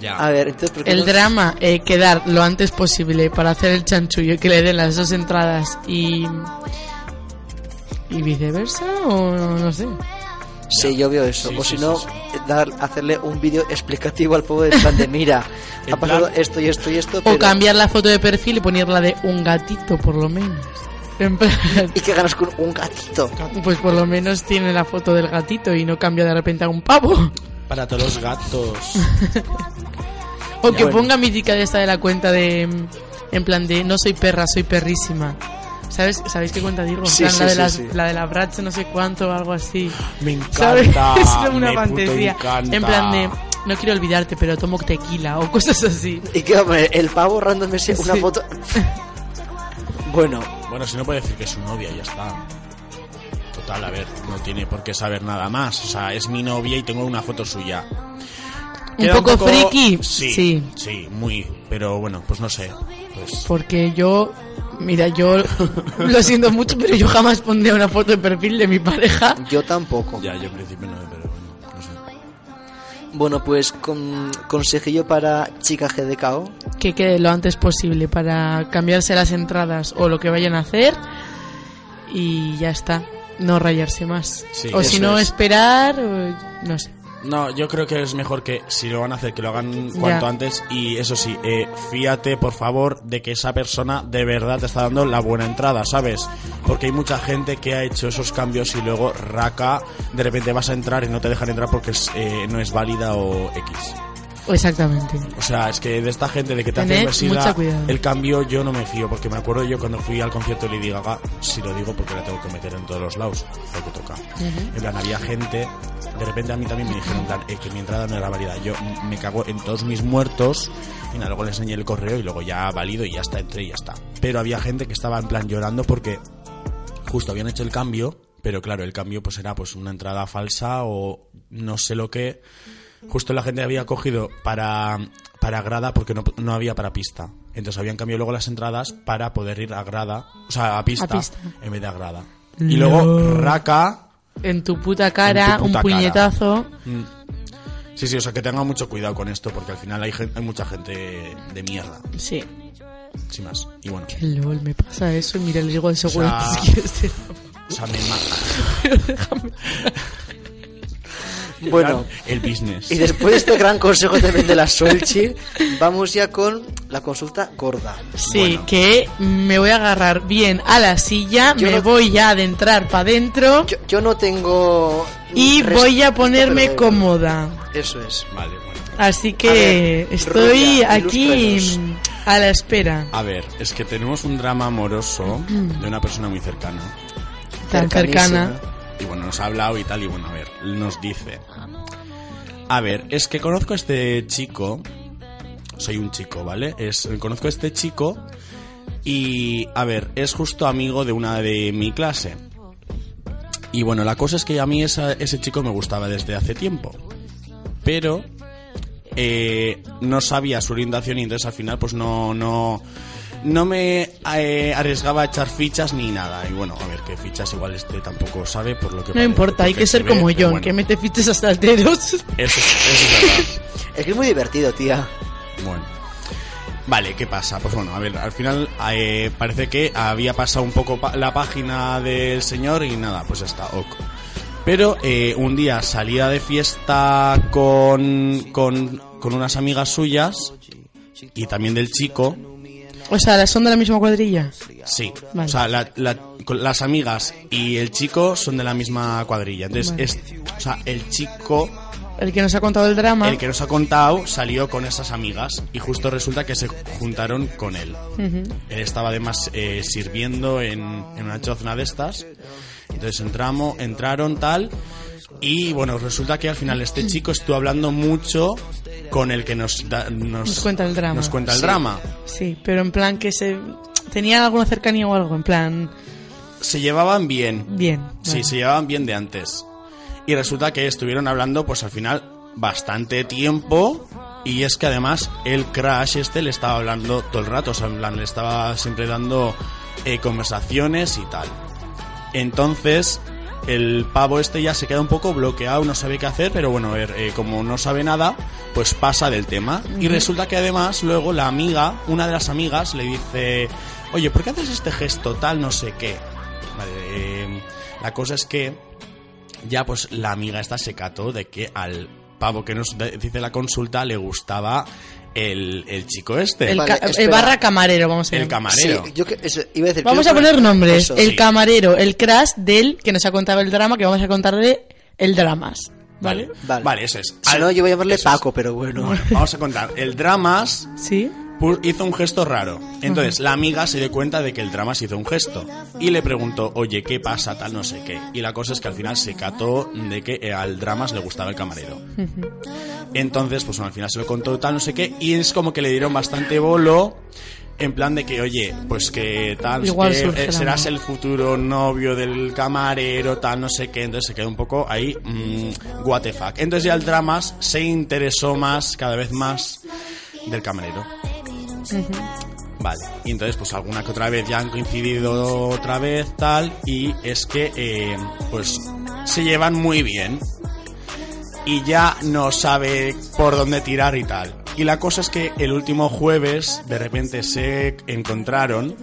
Speaker 3: Ya.
Speaker 1: A ver, entonces ¿por qué
Speaker 2: El
Speaker 1: no-
Speaker 2: drama, eh, quedar lo antes posible para hacer el chanchullo y que le den las dos entradas y. y viceversa, o no, no sé.
Speaker 1: Sí, yo veo eso.
Speaker 3: Sí,
Speaker 1: o
Speaker 3: sí,
Speaker 1: si
Speaker 3: sí,
Speaker 1: no,
Speaker 3: sí.
Speaker 1: dar, hacerle un vídeo explicativo al pavo de plan de mira, ha
Speaker 3: En
Speaker 1: pasado
Speaker 3: plan-
Speaker 1: esto y esto y esto,
Speaker 2: O
Speaker 1: pero-
Speaker 2: cambiar la foto de perfil y ponerla de un gatito, por lo menos. En plan, [LAUGHS]
Speaker 1: y que ganas con un gatito.
Speaker 2: Pues por lo menos tiene la foto del gatito y no cambia de repente a un pavo.
Speaker 3: Para todos los gatos.
Speaker 2: O que
Speaker 1: Bueno.
Speaker 2: ponga mítica de esta de la cuenta de. mm, En plan de no soy perra, soy perrísima. ¿Sabes, ¿Sabéis qué cuenta digo? En
Speaker 1: Sí,
Speaker 2: plan,
Speaker 1: sí,
Speaker 2: la, de
Speaker 1: sí,
Speaker 2: las,
Speaker 1: sí.
Speaker 2: la de la Bratz, no sé cuánto o algo así.
Speaker 3: Me
Speaker 2: ¿Sabes? [LAUGHS]
Speaker 3: encanta.
Speaker 2: Es como una
Speaker 3: me puto
Speaker 2: fantasía.
Speaker 3: encanta.
Speaker 2: En plan de, no quiero olvidarte, pero tomo tequila o cosas así.
Speaker 1: Y que va a poner el pavo randomese una
Speaker 2: Sí.
Speaker 1: foto. Bueno,
Speaker 3: Bueno, si no puede decir que es su novia, ya está. Total, a ver, no tiene por qué saber nada más. O sea, es mi novia y tengo una foto suya. Queda
Speaker 2: poco friki?
Speaker 3: Sí,
Speaker 2: Sí.
Speaker 3: sí. muy. Pero bueno, pues no sé. Pues,
Speaker 2: Porque yo, mira, yo lo siento mucho, pero yo jamás pondría una foto de perfil de mi pareja.
Speaker 1: yo tampoco.
Speaker 3: ya, yo en principio no, pero bueno, no sé.
Speaker 1: Bueno, pues con consejillo para chica GDKO.
Speaker 2: Que quede lo antes posible para cambiarse las entradas o lo que vayan a hacer. Y ya está. No rayarse más.
Speaker 3: Sí,
Speaker 2: o si
Speaker 3: eso
Speaker 2: no,
Speaker 3: es.
Speaker 2: esperar. o- No sé.
Speaker 3: No, yo creo que es mejor que si lo van a hacer, que lo hagan cuanto
Speaker 2: Ya.
Speaker 3: antes. Y eso sí, eh, fíate por favor de que esa persona de verdad te está dando la buena entrada, ¿sabes? Porque hay mucha gente que ha hecho esos cambios y luego raca, de repente vas a entrar y no te dejan entrar porque es, eh, no es válida o X.
Speaker 2: Exactamente.
Speaker 3: O sea, es que de esta gente de que te hace
Speaker 2: Tened
Speaker 3: resida
Speaker 2: mucho cuidado.
Speaker 3: el cambio yo no me fío, porque me acuerdo yo cuando fui al concierto de Lady Gaga, si lo digo porque la tengo que meter en todos los lados, lo que toca. En plan, había gente, de repente a mí también me dijeron en plan, eh, que mi entrada no era válida. Yo m- me cago en todos mis muertos, y nada, luego le enseñé el correo y luego ya válido y ya está, entré y ya está. Pero había gente que estaba en plan llorando porque justo habían hecho el cambio, pero claro, el cambio pues era pues una entrada falsa o no sé lo que. Justo la gente había cogido para, para grada porque no, no había para pista. Entonces habían cambiado luego las entradas para poder ir a grada, o sea, a pista,
Speaker 2: pista.
Speaker 3: en vez de a grada. Y luego Raka.
Speaker 2: En tu puta cara,
Speaker 3: En tu puta
Speaker 2: un
Speaker 3: cara.
Speaker 2: puñetazo.
Speaker 3: mm. Sí, sí, o sea que tengan mucho cuidado con esto porque al final hay, gen- hay mucha gente de mierda,
Speaker 2: Sí.
Speaker 3: sin más. Y bueno,
Speaker 2: Qué lol, me pasa eso y mira, le digo eso, güey.
Speaker 3: sea,
Speaker 2: si quieres te-
Speaker 3: o sea, me ma-
Speaker 1: [LAUGHS] Bueno,
Speaker 3: el business.
Speaker 1: y después de este gran consejo también de la
Speaker 2: [LAUGHS]
Speaker 1: Solchi, vamos ya con la consulta gorda.
Speaker 2: Sí, que me voy a agarrar bien a la silla,
Speaker 1: Yo
Speaker 2: me
Speaker 1: no-
Speaker 2: voy ya a adentrar para adentro
Speaker 1: Yo, yo no tengo...
Speaker 2: y
Speaker 1: res-
Speaker 2: voy a ponerme
Speaker 1: pero-
Speaker 2: cómoda.
Speaker 1: Eso es.
Speaker 3: Vale, bueno.
Speaker 2: Así
Speaker 1: A
Speaker 2: que
Speaker 1: ver,
Speaker 2: estoy
Speaker 1: Rubia,
Speaker 2: aquí
Speaker 1: ilústranos.
Speaker 2: a la espera.
Speaker 3: A ver, es que tenemos un drama amoroso
Speaker 1: Mm.
Speaker 3: de una persona muy cercana.
Speaker 2: Tan cercana.
Speaker 3: Y bueno, nos ha hablado y tal, y bueno, a ver, nos dice. A ver, es que conozco a este chico. Soy un chico, ¿vale? Es, conozco a este chico. Y, a ver, es justo amigo de una de mi clase. Y bueno, la cosa es que a mí esa- ese chico me gustaba desde hace tiempo. Pero eh, no sabía su orientación y entonces al final pues no no no me eh, arriesgaba a echar fichas ni nada y bueno a ver que fichas igual este tampoco sabe por lo que
Speaker 2: No
Speaker 3: parece,
Speaker 2: importa, hay
Speaker 3: porque
Speaker 2: que
Speaker 3: se
Speaker 2: ser
Speaker 3: ve,
Speaker 2: como
Speaker 3: pero
Speaker 2: John,
Speaker 3: bueno,
Speaker 2: que mete fiches hasta el dedo. [LAUGHS]
Speaker 3: eso, es- eso es verdad
Speaker 1: Es que es muy divertido, tía.
Speaker 3: Bueno. Vale, ¿qué pasa? Pues bueno, a ver, al final eh, parece que había pasado un poco pa- la página del señor y nada, pues ya está, ok. Pero eh, un día salía de fiesta con, con, con unas amigas suyas y también del chico.
Speaker 2: O sea, son de la misma cuadrilla.
Speaker 3: Sí,
Speaker 2: Vale.
Speaker 3: o sea, la- la- con las amigas y el chico son de la misma cuadrilla. Entonces,
Speaker 2: Vale.
Speaker 3: es, o sea, el chico
Speaker 2: El que nos ha contado el drama.
Speaker 3: el que nos ha contado salió con esas amigas y justo resulta que se juntaron con él. Él estaba además eh, sirviendo en, en una chozna de estas. Entonces entramos, entraron tal y bueno, resulta que al final este chico estuvo hablando mucho con el que nos, da- nos,
Speaker 2: Nos cuenta el drama.
Speaker 3: nos cuenta el
Speaker 1: Sí.
Speaker 3: drama.
Speaker 2: Sí, pero en plan que se. Tenían alguna cercanía o algo, en plan.
Speaker 3: Se llevaban bien,
Speaker 2: Bien.
Speaker 3: Sí,
Speaker 2: vale.
Speaker 3: se llevaban bien de antes. Y resulta que estuvieron hablando, pues al final, bastante tiempo. Y es que además el Crash este le estaba hablando todo el rato, o sea, en plan, le estaba siempre dando eh, conversaciones y tal. Entonces, el pavo este ya se queda un poco bloqueado, no sabe qué hacer, pero bueno, a ver, eh, como no sabe nada, pues pasa del tema. Y resulta que además luego la amiga, una de las amigas, le dice, oye, ¿por qué haces este gesto tal, no sé qué? Vale, eh, la cosa es que ya pues la amiga esta se cató de que al pavo que nos de- dice la consulta le gustaba el, el chico este,
Speaker 2: El,
Speaker 3: el,
Speaker 1: Vale,
Speaker 2: ca- el
Speaker 1: espera.
Speaker 2: barra camarero, vamos a ver.
Speaker 3: camarero.
Speaker 1: Sí, yo que, eso, iba a decir,
Speaker 2: Vamos
Speaker 1: quiero
Speaker 2: a poner nombres.
Speaker 1: eso.
Speaker 2: El camarero, el crash del que nos ha contado el drama, que vamos a contarle el dramas. ¿Vale?
Speaker 3: Vale,
Speaker 1: Vale.
Speaker 3: vale, eso es.
Speaker 1: Si
Speaker 3: Al-
Speaker 1: Ah, no, yo voy a llamarle
Speaker 3: eso es.
Speaker 1: Paco, pero bueno.
Speaker 3: Bueno, [LAUGHS] vamos a contar. El Dramas
Speaker 2: Sí.
Speaker 3: pu- hizo un gesto raro. Entonces, la amiga se dio cuenta de que el Dramas hizo un gesto. Y le preguntó, oye, ¿qué pasa? Tal, no sé qué. Y la cosa es que al final se cató de que eh, al Dramas le gustaba el camarero. Entonces, pues bueno, al final se lo contó tal, no sé qué. Y es como que le dieron bastante bolo. En plan de que, oye, pues que tal, no sé
Speaker 2: Igual
Speaker 3: qué,
Speaker 2: surge
Speaker 3: eh,
Speaker 2: la
Speaker 3: serás
Speaker 2: moda.
Speaker 3: el futuro novio del camarero, tal, no sé qué. Entonces se quedó un poco ahí, mm, what the fuck. Entonces ya el dramas se interesó más, cada vez más, del camarero. Vale, y entonces pues alguna que otra vez ya han coincidido otra vez tal y es que eh, pues se llevan muy bien y ya no sabe por dónde tirar y tal. Y la cosa es que el último jueves de repente se encontraron,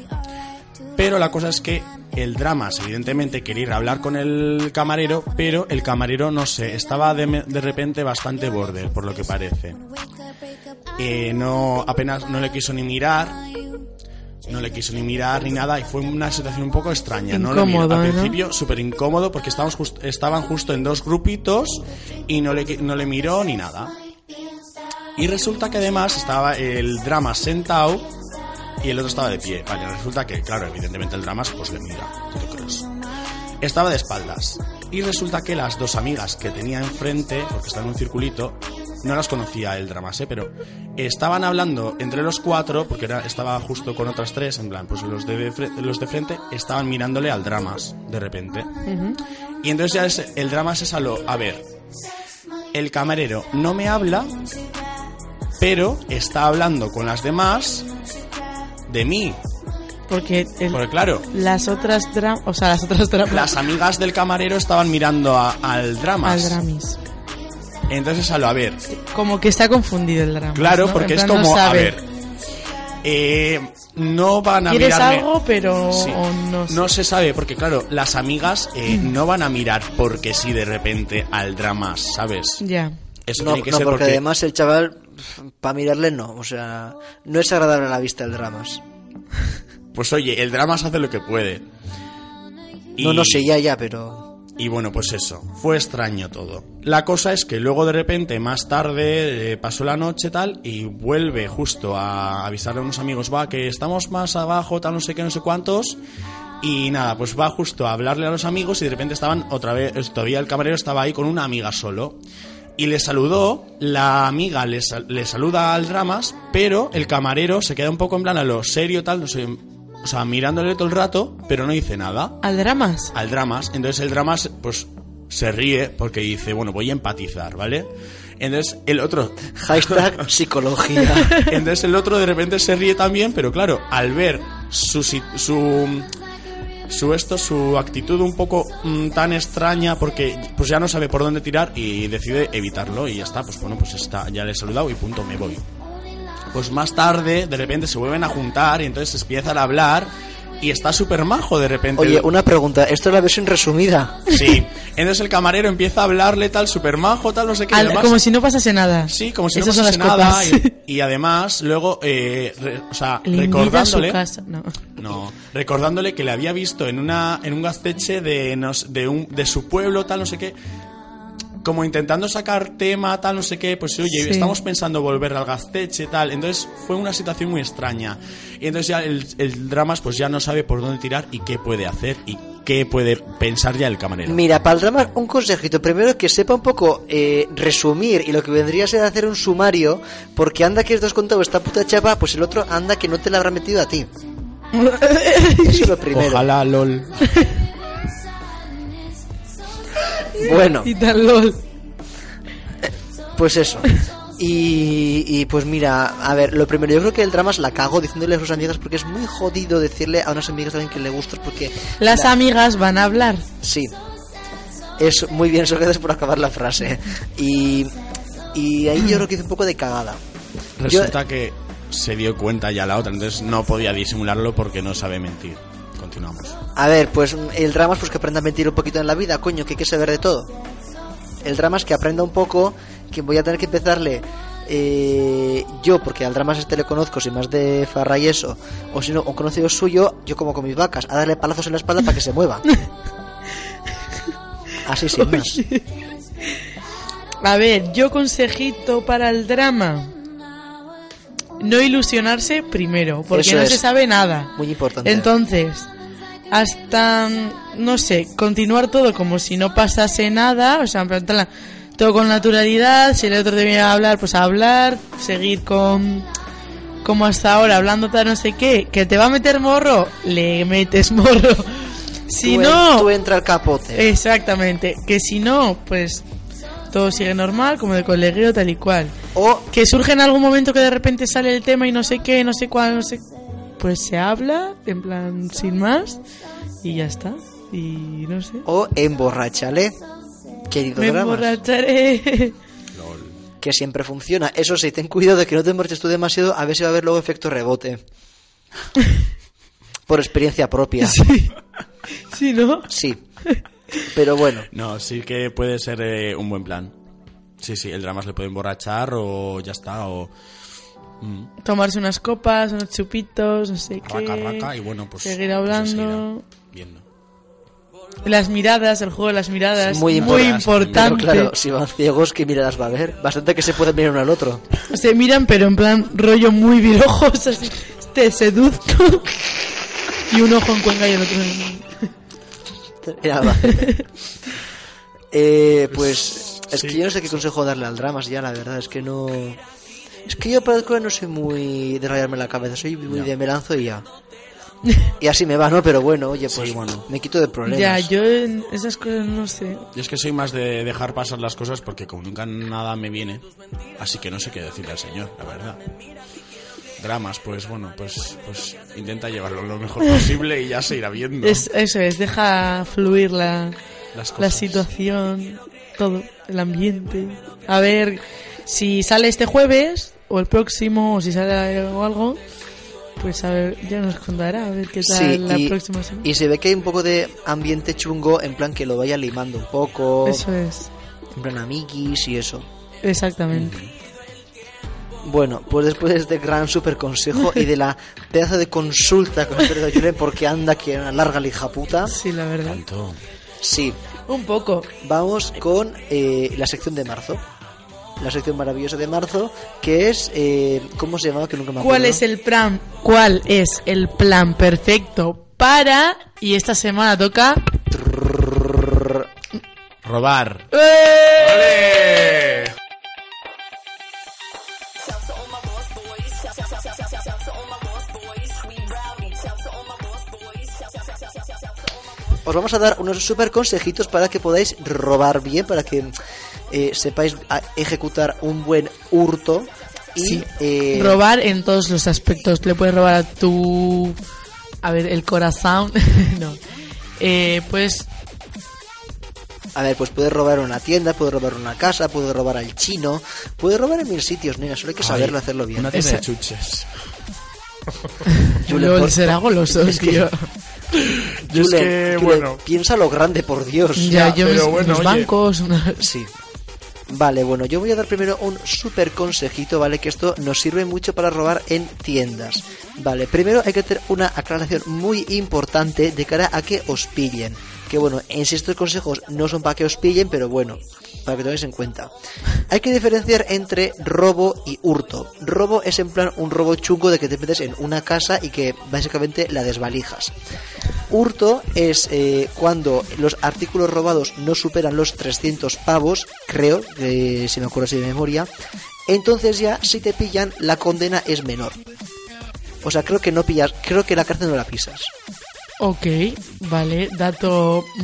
Speaker 3: pero la cosa es que el Dramas, evidentemente, quería ir a hablar con el camarero, pero el camarero, no sé, estaba de, de repente bastante borde, por lo que parece. Eh, no, apenas no le quiso ni mirar, no le quiso ni mirar ni nada y fue una situación un poco extraña. ¿no? Le miró.
Speaker 2: Incómodo,
Speaker 3: Al
Speaker 2: ¿no?
Speaker 3: principio súper incómodo porque estábamos jus- estaban justo en dos grupitos y no le, qui- no le miró ni nada. Y resulta que además estaba el drama sentado y el otro estaba de pie. Vale, resulta que, claro, evidentemente el drama pues le mira, ¿qué te crees? Estaba de espaldas. Y resulta que las dos amigas que tenía enfrente, porque están en un circulito, no las conocía el drama, ¿eh? pero estaban hablando entre los cuatro, porque era- estaba justo con otras tres, en plan, pues los de, fre- los de frente estaban mirándole al dramas de repente. Y entonces ya es- el drama se saló, a ver, el camarero no me habla, pero está hablando con las demás de mí.
Speaker 2: Porque el-
Speaker 3: Porque claro,
Speaker 2: las otras dramas, o sea, las otras dramas,
Speaker 3: las amigas del camarero estaban mirando a- al
Speaker 2: al
Speaker 3: dramas.
Speaker 2: dramis.
Speaker 3: Entonces, a lo a ver,
Speaker 2: Como que está confundido el drama.
Speaker 3: claro,
Speaker 2: ¿no?
Speaker 3: porque
Speaker 2: En
Speaker 3: es
Speaker 2: plan, no
Speaker 3: como, a
Speaker 2: sabe.
Speaker 3: ver, eh, no van a
Speaker 2: Quieres
Speaker 3: mirarme.
Speaker 2: algo, pero
Speaker 3: Sí.
Speaker 2: o no, sé. Mm.
Speaker 3: No se sabe, porque claro, las amigas eh, no van a mirar porque sí de repente al dramas, ¿sabes?
Speaker 2: Ya.
Speaker 3: Eso
Speaker 1: No,
Speaker 3: tiene que
Speaker 1: no,
Speaker 3: ser
Speaker 1: porque además el chaval, para mirarle no, o sea, no es agradable a la vista el dramas.
Speaker 3: Pues oye, el dramas hace lo que puede.
Speaker 1: No,
Speaker 3: Y-
Speaker 1: no sé, ya, ya, pero...
Speaker 3: Y bueno, pues eso, fue extraño todo. La cosa es que luego de repente, más tarde, eh, pasó la noche tal, y vuelve justo a avisar a unos amigos, va, que estamos más abajo, tal, no sé qué, no sé cuántos. Y nada, pues va justo a hablarle a los amigos y de repente estaban otra vez, todavía el camarero estaba ahí con una amiga solo. Y le saludó, la amiga le, sal- le saluda al dramas, pero el camarero se queda un poco en plan a lo serio tal, no sé, o sea, mirándole todo el rato, pero no dice nada
Speaker 2: Al dramas.
Speaker 3: al dramas. Entonces el dramas, pues, se ríe porque dice, bueno, voy a empatizar, ¿vale? Entonces el otro, [LAUGHS]
Speaker 1: Hashtag psicología.
Speaker 3: entonces el otro de repente se ríe también, pero claro, al ver su si- su su esto, su actitud un poco mm, tan extraña porque pues ya no sabe por dónde tirar y decide evitarlo y ya está, pues bueno, pues está, ya le he saludado y punto, me voy. Pues más tarde, de repente se vuelven a juntar y entonces empiezan a hablar y está súper majo de repente.
Speaker 1: Oye,
Speaker 3: El-
Speaker 1: una pregunta, esto es la versión resumida.
Speaker 3: Sí. Entonces el camarero empieza a hablarle tal, super majo, tal, no sé qué. y
Speaker 2: Al-
Speaker 3: además-
Speaker 2: como si no pasase nada.
Speaker 3: sí, como si no
Speaker 2: Esas son
Speaker 3: pasase
Speaker 2: las
Speaker 3: nada.
Speaker 2: copas.
Speaker 3: Y, y además, luego, eh, re- o sea,
Speaker 2: [LAUGHS] Le invita
Speaker 3: recordándole.
Speaker 2: A su casa. No. [LAUGHS]
Speaker 3: No, recordándole que le había visto en una en un gasteche de nos- de un de su pueblo tal no sé qué, como intentando sacar tema tal no sé qué, pues oye,
Speaker 2: Sí.
Speaker 3: estamos pensando volver al gasteche tal, entonces fue una situación muy extraña. Y entonces ya el, el dramas pues ya no sabe por dónde tirar y qué puede hacer y qué puede pensar ya el camarero.
Speaker 1: Mira, para el drama, un consejito. Primero que sepa un poco eh, resumir y lo que vendría a ser hacer un sumario, porque anda que esto has contado esta puta chapa, pues el otro anda que no te la habrá metido a ti. Eso es lo primero.
Speaker 3: Ojalá lol.
Speaker 2: [LAUGHS]
Speaker 1: Bueno,
Speaker 2: Y tal lol.
Speaker 1: pues eso. Y, y, pues mira, a ver, lo primero, yo creo que el drama es la cago diciéndole a sus amigas porque es muy jodido decirle a unas amigas también que le gustas porque...
Speaker 2: Las
Speaker 1: la-
Speaker 2: amigas van a hablar.
Speaker 1: Sí. Es muy bien, Sócrates, por acabar la frase. Y, y ahí yo creo que hice un poco de cagada. Yo-
Speaker 3: Resulta que se dio cuenta ya la otra, entonces no podía disimularlo porque no sabe mentir. Continuamos.
Speaker 1: A ver, pues el drama es pues que aprenda a mentir un poquito en la vida, coño, que hay que saber de todo. El drama es que aprenda un poco, que voy a tener que empezarle eh, yo, porque al drama este le conozco, si más de farra y eso, o si no, un conocido suyo, yo como con mis vacas, a darle palazos en la espalda para que se
Speaker 2: [LAUGHS]
Speaker 1: mueva. Así sin más.
Speaker 2: A ver, yo consejito para el drama. No ilusionarse primero, porque
Speaker 1: Eso
Speaker 2: no
Speaker 1: es.
Speaker 2: se sabe nada.
Speaker 1: Muy importante.
Speaker 2: Entonces, hasta, mm, no sé, continuar todo como si no pasase nada, o sea, en plan, en plan, todo con naturalidad, si el otro te viene a hablar, pues a hablar, seguir con, como hasta ahora, hablando tal no sé qué, que te va a meter morro, le metes morro. [LAUGHS]
Speaker 1: tú,
Speaker 2: Si
Speaker 1: en-
Speaker 2: no, Eh.
Speaker 1: tú entra al capote.
Speaker 2: exactamente, que si no, pues todo sigue normal, como de colegio, tal y cual.
Speaker 1: O
Speaker 2: Que surge en algún momento que de repente sale el tema y no sé qué, no sé cuál, no sé. Pues se habla, en plan, sin más, y ya está. Y no sé.
Speaker 1: o emborrachale, querido
Speaker 2: Me
Speaker 1: drama,
Speaker 2: emborracharé. [LAUGHS]
Speaker 1: que siempre funciona. Eso sí, ten cuidado de que no te emborraches tú demasiado, a ver si va a haber luego efecto rebote. Por experiencia propia.
Speaker 2: Sí, ¿no?
Speaker 1: Sí. Pero bueno.
Speaker 3: No, sí que puede ser eh, un buen plan. Sí, sí, el drama se le puede emborrachar o ya está, o... Mm,
Speaker 2: Tomarse unas copas, unos chupitos, no sé
Speaker 3: raca,
Speaker 2: qué.
Speaker 3: raca, y bueno, pues...
Speaker 2: Seguir
Speaker 3: pues
Speaker 2: hablando.
Speaker 3: se seguirá viendo.
Speaker 2: Las miradas, el juego de las miradas.
Speaker 1: Muy
Speaker 3: importante.
Speaker 1: Pero
Speaker 2: importante.
Speaker 1: claro, si van ciegos, ¿qué miradas va a haber? Bastante que se pueden mirar uno al otro. [LAUGHS]
Speaker 2: Se miran, pero en plan rollo muy virojos. [LAUGHS] así, Te seduzco. Y un ojo en cuenca y el otro en...
Speaker 1: Era bastante. Eh, pues es
Speaker 3: Sí.
Speaker 1: que yo no sé qué consejo darle al dramas ya, la verdad, es que no... Es que yo para el cole no soy muy de rayarme la cabeza, soy muy de me lanzo y ya. Y así me va, ¿no? Pero bueno, oye, pues
Speaker 3: bueno.
Speaker 1: me quito de problemas.
Speaker 2: Ya, yo en esas cosas no sé.
Speaker 3: Yo es que soy más de dejar pasar las cosas porque como nunca nada me viene, así que no sé qué decirle al señor, la verdad. Dramas, pues bueno, pues, pues intenta llevarlo lo mejor
Speaker 2: [LAUGHS]
Speaker 3: posible y ya se irá viendo
Speaker 2: Es, eso es, deja fluir la,
Speaker 3: las cosas.
Speaker 2: la situación, todo, el ambiente. A ver si sale este jueves o el próximo o si sale algo, algo, pues a ver, ya nos contará a ver qué tal
Speaker 1: Sí,
Speaker 2: la
Speaker 1: y,
Speaker 2: próxima semana.
Speaker 1: y se ve que hay un poco de ambiente chungo, en plan que lo vaya limando un poco,
Speaker 2: Eso es,
Speaker 1: en plan amiguis y eso.
Speaker 2: exactamente.
Speaker 1: Mm. Bueno, pues después de este gran super consejo y de
Speaker 2: [LAUGHS]
Speaker 1: la pedazo de consulta con Pedro Julen, porque anda que una larga lija puta.
Speaker 2: Sí, la verdad.
Speaker 3: Tanto.
Speaker 1: Sí,
Speaker 2: Un poco.
Speaker 1: vamos con eh, la sección de marzo. La sección maravillosa de marzo, que es. eh, ¿Cómo se llamaba? Que nunca me acuerdo.
Speaker 2: ¿Cuál es el plan? ¿Cuál es el plan perfecto para y esta semana toca
Speaker 3: Robar.
Speaker 1: Os vamos a dar unos super consejitos para que podáis robar bien, para que eh, sepáis a- ejecutar un buen hurto. Y,
Speaker 2: Sí.
Speaker 1: eh,
Speaker 2: robar en todos los aspectos. Le puedes robar a tu... A ver, el corazón. [LAUGHS] no. Eh, pues
Speaker 1: A ver, pues puedes robar una tienda, puedes robar una casa, puedes robar al chino, puedes robar en mil sitios, nena, solo hay que saberlo
Speaker 3: Ay,
Speaker 1: hacerlo bien.
Speaker 3: Una tienda de
Speaker 2: Esa-
Speaker 3: chuches.
Speaker 1: Julen,
Speaker 2: LOL
Speaker 1: por-
Speaker 2: será goloso,
Speaker 1: Es que-
Speaker 2: tío.
Speaker 3: Yo es
Speaker 1: Julen,
Speaker 3: que,
Speaker 1: Julen,
Speaker 3: bueno,
Speaker 1: piensa lo grande, por Dios.
Speaker 2: Ya, yo
Speaker 3: pero
Speaker 2: mis-
Speaker 3: bueno,
Speaker 2: unos
Speaker 3: oye.
Speaker 2: bancos, unas-
Speaker 1: Sí. Vale, bueno, yo voy a dar primero un super consejito, ¿vale? Que esto nos sirve mucho para robar en tiendas. Vale, primero hay que hacer una aclaración muy importante de cara a que os pillen. Que bueno, en sí estos consejos no son para que os pillen, pero bueno, para que tengáis en cuenta. Hay que diferenciar entre robo y hurto. Robo es en plan un robo chungo de que te metes en una casa y que básicamente la desvalijas. Hurto es eh, cuando los artículos robados no superan los 300 pavos, creo, que si me acuerdo así de memoria. Entonces ya, si te pillan, la condena es menor. O sea, creo que no pillas, creo que la cárcel no la pisas.
Speaker 2: [LAUGHS] Ok, vale, dato mm,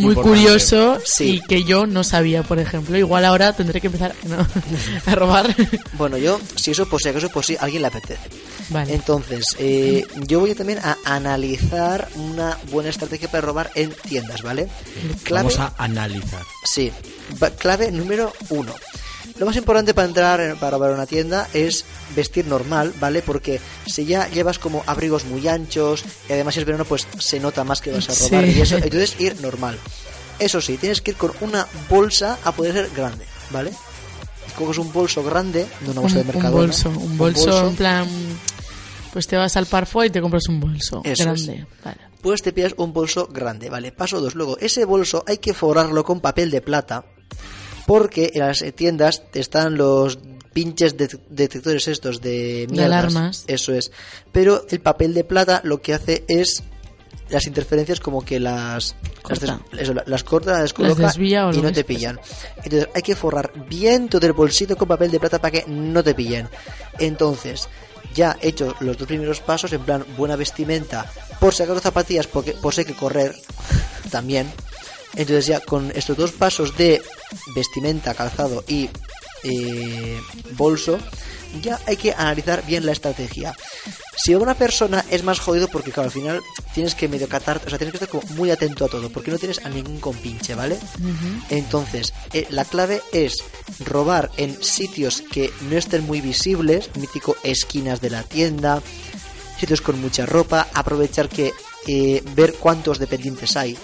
Speaker 2: muy
Speaker 3: Importante.
Speaker 2: curioso
Speaker 1: Sí.
Speaker 2: y que yo no sabía, por ejemplo. Igual ahora tendré que empezar ¿no? [LAUGHS] a robar.
Speaker 1: Bueno, yo, si eso por si acaso, por si a alguien le apetece.
Speaker 2: vale.
Speaker 1: Entonces, eh, yo voy también a analizar una buena estrategia para robar en tiendas, ¿vale? Clave-
Speaker 3: vamos a analizar.
Speaker 1: Sí, Va- clave número uno. Lo más importante para entrar, en- para robar una tienda, es vestir normal, ¿vale? Porque si ya llevas como abrigos muy anchos, y además si es verano, pues se nota más que vas a robar
Speaker 2: Sí.
Speaker 1: y
Speaker 2: [LAUGHS]
Speaker 1: eso. Entonces, ir normal. Eso sí, tienes que ir con una bolsa a poder ser grande, ¿vale? Coges un bolso grande de una
Speaker 2: Un,
Speaker 1: bolsa
Speaker 2: un
Speaker 1: de mercado.
Speaker 2: bolso, un bolso, en plan, pues te vas al Parfoy y te compras un bolso
Speaker 1: Eso
Speaker 2: grande. Vale.
Speaker 1: pues te pillas un bolso grande, ¿vale? Paso 2. Luego, ese bolso hay que forrarlo con papel de plata porque en las eh, tiendas están los pinches det- detectores estos de mierdas.
Speaker 2: alarmas.
Speaker 1: Eso es. Pero el papel de plata lo que hace es las interferencias como que las las
Speaker 2: Corta.
Speaker 1: des- eso, la- las, corta, las descoloca
Speaker 2: desvía o
Speaker 1: y
Speaker 2: lo
Speaker 1: no
Speaker 2: que
Speaker 1: te
Speaker 2: sea.
Speaker 1: pillan. Entonces hay que forrar bien todo el bolsito con papel de plata para que no te pillen. Entonces, ya hechos los dos primeros pasos, en plan buena vestimenta, por si acaso zapatillas, porque por si hay que correr [LAUGHS] también. Entonces ya con estos dos pasos de vestimenta, calzado y eh, bolso, ya hay que analizar bien la estrategia. Si a una persona es más jodido porque claro, al final tienes que medio catar, o sea, tienes que estar como muy atento a todo, porque no tienes a ningún compinche, ¿vale? Entonces, eh, la clave es robar en sitios que no estén muy visibles, mítico esquinas de la tienda, sitios con mucha ropa, aprovechar que eh, ver cuántos dependientes hay,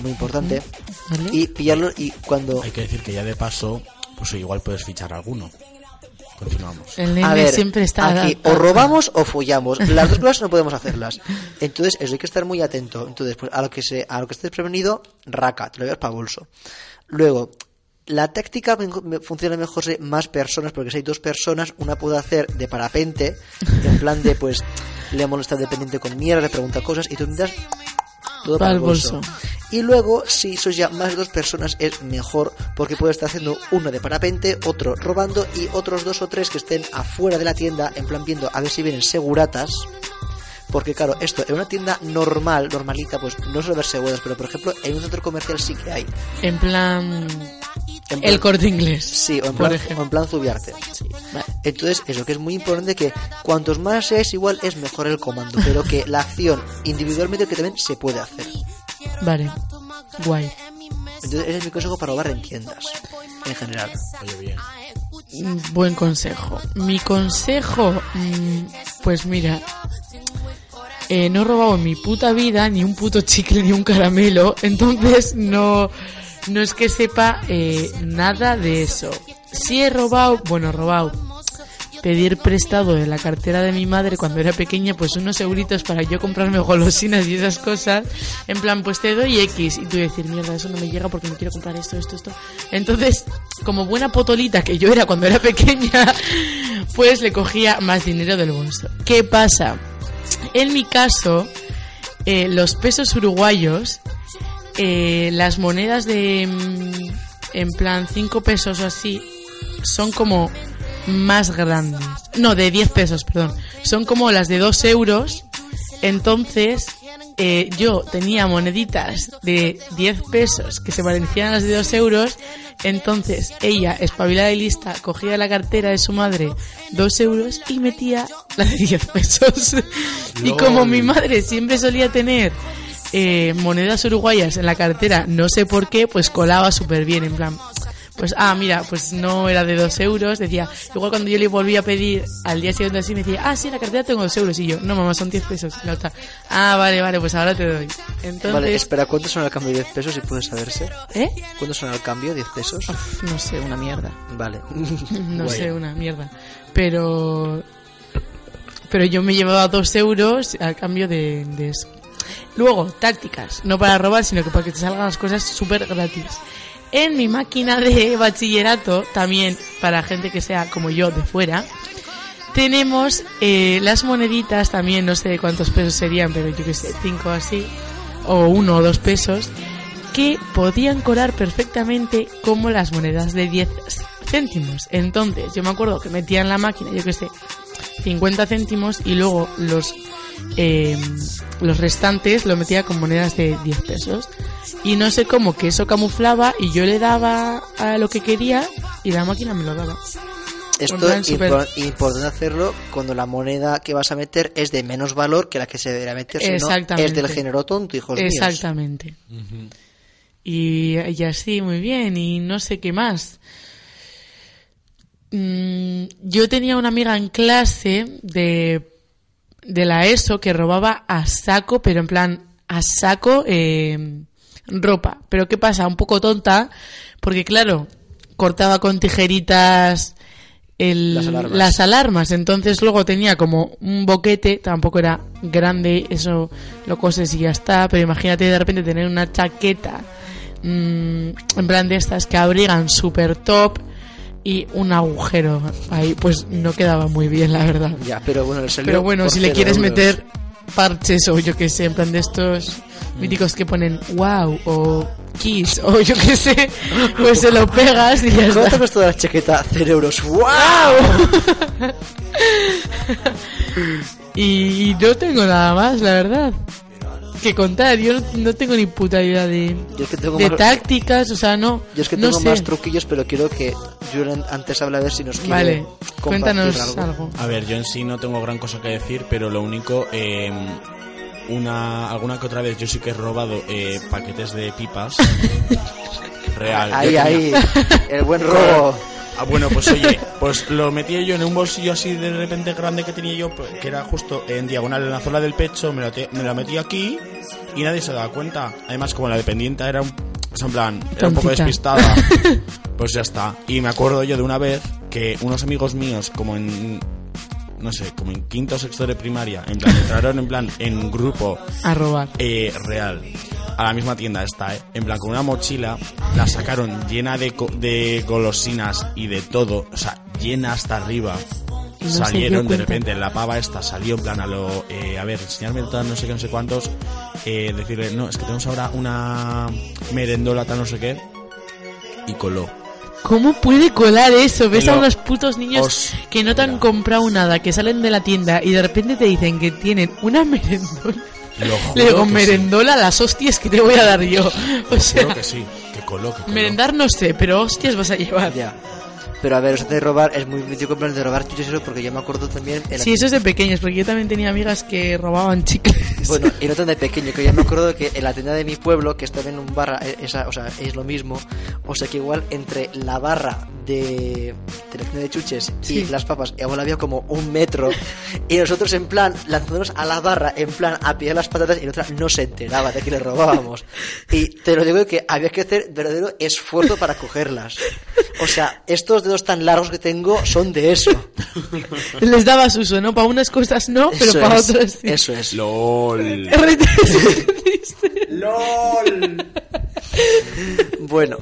Speaker 1: muy importante,
Speaker 2: ¿Vale?
Speaker 1: y pillarlo y cuando...
Speaker 3: Hay que decir que ya de paso, pues igual puedes fichar alguno. Continuamos.
Speaker 2: El nene
Speaker 1: A ver,
Speaker 2: siempre está...
Speaker 1: aquí o robamos o
Speaker 2: [LAUGHS]
Speaker 1: follamos. Las dos cosas no podemos hacerlas. Entonces, eso hay que estar muy atento. Entonces, pues, a lo que se, a lo que estés prevenido, raca, te lo llevas para bolso. Luego, la táctica me- me- funciona mejor si hay más personas, porque si hay dos personas, una puede hacer de parapente, en plan de pues le molesta al dependiente con mierda, le pregunta cosas y tú mientras todo para
Speaker 2: Pa'l
Speaker 1: el bolso.
Speaker 2: bolso.
Speaker 1: Y luego, si sois ya más de dos personas, es mejor porque puede estar haciendo uno de parapente, otro robando y otros dos o tres que estén afuera de la tienda, en plan viendo a ver si vienen seguratas. Porque claro, esto en una tienda normal, normalita, pues no suele haber seguras, pero por ejemplo en un centro comercial sí que hay.
Speaker 2: En plan...
Speaker 1: En plan-
Speaker 2: El corte inglés.
Speaker 1: Sí, o en
Speaker 2: por
Speaker 1: plan,
Speaker 2: ejemplo.
Speaker 1: o en plan zubiarte.
Speaker 2: Vale.
Speaker 1: Entonces, eso que es muy importante que cuantos más seáis igual es mejor el comando, pero que la acción individualmente que también se puede hacer.
Speaker 2: Vale. Guay.
Speaker 1: Entonces, ese es mi consejo para robar en tiendas, en general.
Speaker 3: Oye, bien.
Speaker 2: Mm, Buen consejo. Mi consejo, mm, pues mira, eh, no he robado en mi puta vida ni un puto chicle ni un caramelo, entonces no, no es que sepa eh, nada de eso. Sí he robado, bueno, robado, pedir prestado de la cartera de mi madre cuando era pequeña, pues unos euritos para yo comprarme golosinas y esas cosas. En plan, pues te doy X. Y tú decir, mierda, eso no me llega porque me quiero comprar esto, esto, esto. Entonces, como buena potolita que yo era cuando era pequeña, pues le cogía más dinero del bolso. ¿Qué pasa? En mi caso, eh, los pesos uruguayos, eh, las monedas de, mm, en plan, 5 pesos o así, son como más grandes. No, de 10 pesos, perdón. Son como las de 2 euros. Entonces, eh, yo tenía moneditas de 10 pesos que se parecían a las de 2 euros. Entonces, ella, espabilada y lista, cogía de la cartera de su madre 2 euros y metía la de 10 pesos. [LAUGHS] y
Speaker 3: Lol.
Speaker 2: como mi madre siempre solía tener eh, monedas uruguayas en la cartera, no sé por qué, pues colaba súper bien, en plan. Pues, ah, mira, pues no era de dos euros. Decía, igual cuando yo le volví a pedir al día siguiente así, me decía, ah, sí, en la cartera tengo dos euros. Y yo, no, mamá, son 10 pesos. La otra, ah, vale, vale, pues ahora te doy. Entonces,
Speaker 1: Vale, espera, ¿cuántos son al cambio de 10 pesos si puede saberse?
Speaker 2: ¿eh?
Speaker 1: ¿Cuántos son al cambio 10 pesos?
Speaker 2: Uf, no sé, una mierda.
Speaker 1: Vale.
Speaker 2: [LAUGHS]
Speaker 1: [LAUGHS]
Speaker 2: No
Speaker 3: Guay.
Speaker 2: sé, una mierda. Pero. Pero yo me llevaba dos euros al cambio de, de eso. Luego, tácticas. No para robar, sino que para que te salgan las cosas súper gratis. En mi máquina de bachillerato, también para gente que sea como yo de fuera, tenemos eh, las moneditas también, no sé cuántos pesos serían, pero yo que sé, cinco así, o uno o dos pesos, que podían colar perfectamente como las monedas de 10 céntimos. Entonces, yo me acuerdo que metía en la máquina, yo que sé, 50 céntimos y luego los eh, los restantes lo metía con monedas de 10 pesos y no sé cómo que eso camuflaba y yo le daba a lo que quería y la máquina me lo daba.
Speaker 1: Esto
Speaker 2: plan
Speaker 1: es
Speaker 2: súper-
Speaker 1: impor- importante hacerlo cuando la moneda que vas a meter es de menos valor que la que se debería meter, si no es
Speaker 2: Exactamente.
Speaker 1: del género tonto, hijos míos. [LAUGHS]
Speaker 2: Exactamente. Y, y así, muy bien, y no sé qué más. Mm, yo tenía una amiga en clase de, de la ESO que robaba a saco, pero en plan, a saco eh, ropa. Pero ¿qué pasa? Un poco tonta, porque claro, cortaba con tijeritas el-
Speaker 1: Las alarmas.
Speaker 2: las alarmas. Entonces luego tenía como un boquete, tampoco era grande, eso lo coses y ya está. Pero imagínate de repente tener una chaqueta mm, en plan de estas que abrigan super top y un agujero ahí, pues no quedaba muy bien, la verdad.
Speaker 1: Ya, pero bueno, le salió
Speaker 2: Pero bueno,
Speaker 1: por
Speaker 2: si le
Speaker 1: cero
Speaker 2: quieres
Speaker 1: euros.
Speaker 2: meter parches o yo que sé, en plan de estos míticos que ponen wow o kiss o yo que sé, pues se lo pegas y ya
Speaker 1: ¿Cuánto
Speaker 2: está.
Speaker 1: costó la chaqueta? 0 euros. ¡Wow!
Speaker 2: Y no tengo nada más, la verdad. Que contar, yo no- no tengo ni puta idea de,
Speaker 1: Yo es que tengo,
Speaker 2: de
Speaker 1: más,
Speaker 2: tácticas, o sea, no.
Speaker 1: yo es que
Speaker 2: no
Speaker 1: tengo
Speaker 2: sé.
Speaker 1: más truquillos, pero quiero que Julian antes habla a ver si nos quiere
Speaker 2: Vale,
Speaker 1: compartir
Speaker 2: cuéntanos
Speaker 1: algo.
Speaker 2: algo.
Speaker 3: A ver, yo en sí no tengo gran cosa que decir, pero lo único, eh, una, alguna que otra vez yo sí que he robado eh,
Speaker 1: [LAUGHS]
Speaker 3: paquetes de pipas. Real.
Speaker 1: Ahí,
Speaker 3: Yo tenía- [LAUGHS]
Speaker 1: ahí, el buen robo.
Speaker 3: Ah, bueno, pues oye, pues lo metí yo en un bolsillo así de repente grande que tenía yo, pues, que era justo en diagonal en la zona del pecho, me la, te- me la metí aquí y nadie se daba cuenta. Además, como la dependiente era un, o sea, en plan, era un poco
Speaker 2: Tontita.
Speaker 3: despistada, pues ya está. Y me acuerdo yo de una vez que unos amigos míos, como en no sé, como en quinto o sexto de primaria, en plan, entraron en plan en un grupo
Speaker 2: A robar.
Speaker 3: eh, real. A la misma tienda está, eh. En plan, con una mochila, la sacaron llena de, co- de golosinas y de todo, o sea, llena hasta arriba.
Speaker 2: No se
Speaker 3: Salieron
Speaker 2: dio
Speaker 3: de
Speaker 2: cuenta.
Speaker 3: repente, la pava esta salió en plan a lo, eh, a ver, enseñarme tal, no sé qué, no sé cuántos, eh, decirle, no, es que tenemos ahora una merendola tal, no sé qué, y coló.
Speaker 2: ¿Cómo puede colar eso? Ves a
Speaker 3: Pero-
Speaker 2: unos putos niños
Speaker 3: Os-
Speaker 2: que no te han
Speaker 3: Mira.
Speaker 2: comprado nada, que salen de la tienda y de repente te dicen que tienen una merendola.
Speaker 3: Lo
Speaker 2: Le
Speaker 3: juro
Speaker 2: digo,
Speaker 3: que sí,
Speaker 2: merendola las hostias que te voy a dar yo. O
Speaker 3: lo juro
Speaker 2: sea,
Speaker 3: que sí, que coló, que coló.
Speaker 2: merendar no sé, pero hostias vas a llevar.
Speaker 1: Ya. Pero a ver, os de robar, es muy mítico en plan de robar chuches eso, porque yo me acuerdo también... en la-
Speaker 2: Sí, eso es de pequeños, porque yo también tenía amigas que robaban chicles.
Speaker 1: Bueno, y no tan de pequeño, que yo me acuerdo que en la tienda de mi pueblo, que estaba en un barra, eh, esa, o sea, es lo mismo, o sea que igual entre la barra de, de la tienda de chuches y
Speaker 2: Sí.
Speaker 1: las papas, igual había como un metro, y nosotros en plan, lanzándonos a la barra, en plan, a pillar las patatas, y la otra no se enteraba de que le robábamos. Y te lo digo que había que hacer verdadero esfuerzo para cogerlas. O sea, estos dedos tan largos que tengo son de
Speaker 2: [LAUGHS]
Speaker 1: eso.
Speaker 2: [LAUGHS] Les dabas uso, ¿no? Para unas cosas no, pero
Speaker 1: eso
Speaker 2: para
Speaker 1: es,
Speaker 2: otras sí. [LAUGHS]
Speaker 1: Eso es. [LAUGHS]
Speaker 3: LOL. LOL.
Speaker 1: Bueno,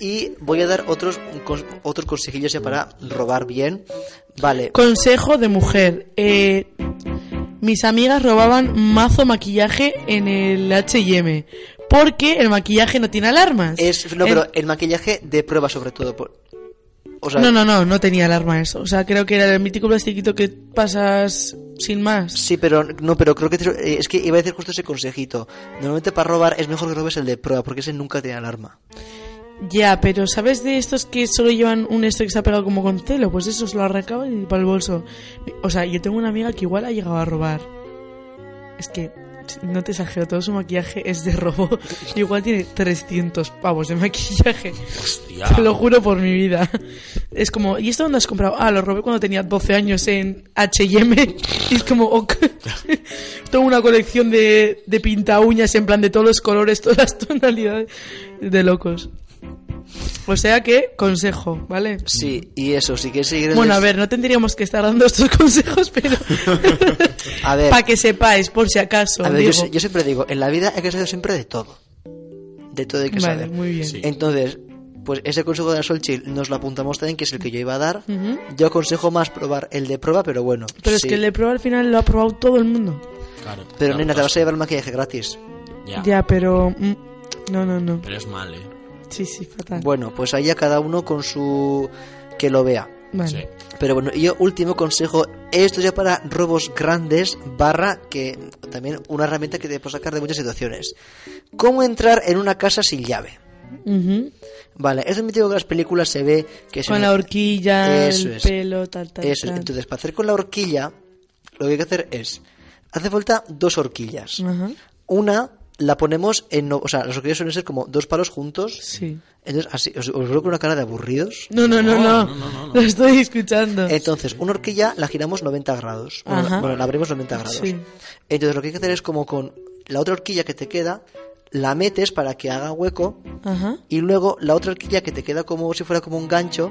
Speaker 1: y voy a dar otros, cons- otros consejillos ya para robar bien. Vale,
Speaker 2: Consejo de mujer. Eh, mis amigas robaban mazo maquillaje en el H&M porque el maquillaje no tiene alarmas.
Speaker 1: es, no,
Speaker 2: En-
Speaker 1: pero el maquillaje de prueba sobre todo. por- o sea,
Speaker 2: No, no, no, no tenía alarma eso. O sea, creo que era el mítico plastiquito que pasas sin más.
Speaker 1: Sí, pero no, pero creo que te- eh, es que iba a decir justo ese consejito. Normalmente para robar es mejor que robes el de prueba porque ese nunca tiene alarma.
Speaker 2: Ya, pero ¿sabes de estos que solo llevan un esto que está pegado como con telo? Pues esos lo arrancaban y para el bolso. O sea, yo tengo una amiga que igual ha llegado a robar. Es que, no te exagero, todo su maquillaje es de robo. [LAUGHS] Igual tiene 300 pavos de maquillaje.
Speaker 3: Hostia.
Speaker 2: Te lo juro por mi vida. Es como, ¿y esto dónde has comprado? Ah, lo robé cuando tenía 12 años en HM. Y es como, ok. Tengo una colección de, de pinta uñas en plan de todos los colores, todas las tonalidades. De locos. O sea que, consejo, ¿vale?
Speaker 1: Sí, Mm. y eso, si quieres seguir... en
Speaker 2: Bueno,
Speaker 1: el-
Speaker 2: a ver, no tendríamos que estar dando estos [LAUGHS] consejos, pero.
Speaker 1: [LAUGHS] A ver.
Speaker 2: Para que sepáis, por si acaso.
Speaker 1: A ver, yo,
Speaker 2: digo.
Speaker 1: se- yo siempre digo, en la vida hay que saber siempre de todo. De todo hay que
Speaker 2: Vale,
Speaker 1: saber.
Speaker 2: muy bien.
Speaker 3: Sí.
Speaker 1: Entonces, pues ese consejo de la Sol Chill nos lo apuntamos también, que es el que yo iba a dar.
Speaker 2: Ujú.
Speaker 1: Yo aconsejo más probar el de prueba, pero bueno.
Speaker 2: Pero es
Speaker 1: sí.
Speaker 2: que el de prueba al final lo ha probado todo el mundo.
Speaker 3: Claro,
Speaker 1: Pero
Speaker 3: claro,
Speaker 1: nena, te
Speaker 3: claro.
Speaker 1: vas a llevar el maquillaje gratis.
Speaker 3: Ya.
Speaker 2: Ya, pero. mm, No, no, no.
Speaker 3: Pero es mal, eh.
Speaker 2: Sí, sí, fatal.
Speaker 1: Bueno, pues ahí a cada uno con su... que lo vea.
Speaker 2: Vale.
Speaker 3: Sí.
Speaker 1: Pero bueno, y yo último consejo, esto ya para robos grandes, barra, que también una herramienta que te puedes sacar de muchas situaciones. ¿Cómo entrar en una casa sin llave?
Speaker 2: Ujú.
Speaker 1: Vale, eso es mítico que en las películas se ve que se
Speaker 2: Con la horquilla,
Speaker 1: Eso
Speaker 2: el
Speaker 1: es.
Speaker 2: pelo, tal, tal.
Speaker 1: Eso es.
Speaker 2: tal.
Speaker 1: Entonces, para hacer con la horquilla, lo que hay que hacer es. Hace falta dos horquillas.
Speaker 2: Ajá.
Speaker 1: Una la ponemos en. no- O sea, las horquillas suelen ser como dos palos juntos.
Speaker 2: Sí.
Speaker 1: Entonces, así, os, os veo con una cara de aburridos.
Speaker 2: No, no, no, no. Lo estoy escuchando.
Speaker 1: Entonces, una horquilla la giramos 90 grados. Bueno,
Speaker 2: Ajá.
Speaker 1: la- bueno, la abrimos 90 grados.
Speaker 2: Sí.
Speaker 1: Entonces, lo que hay que hacer es como con la otra horquilla que te queda, la metes para que haga hueco.
Speaker 2: Ajá.
Speaker 1: Y luego la otra horquilla que te queda como si fuera como un gancho,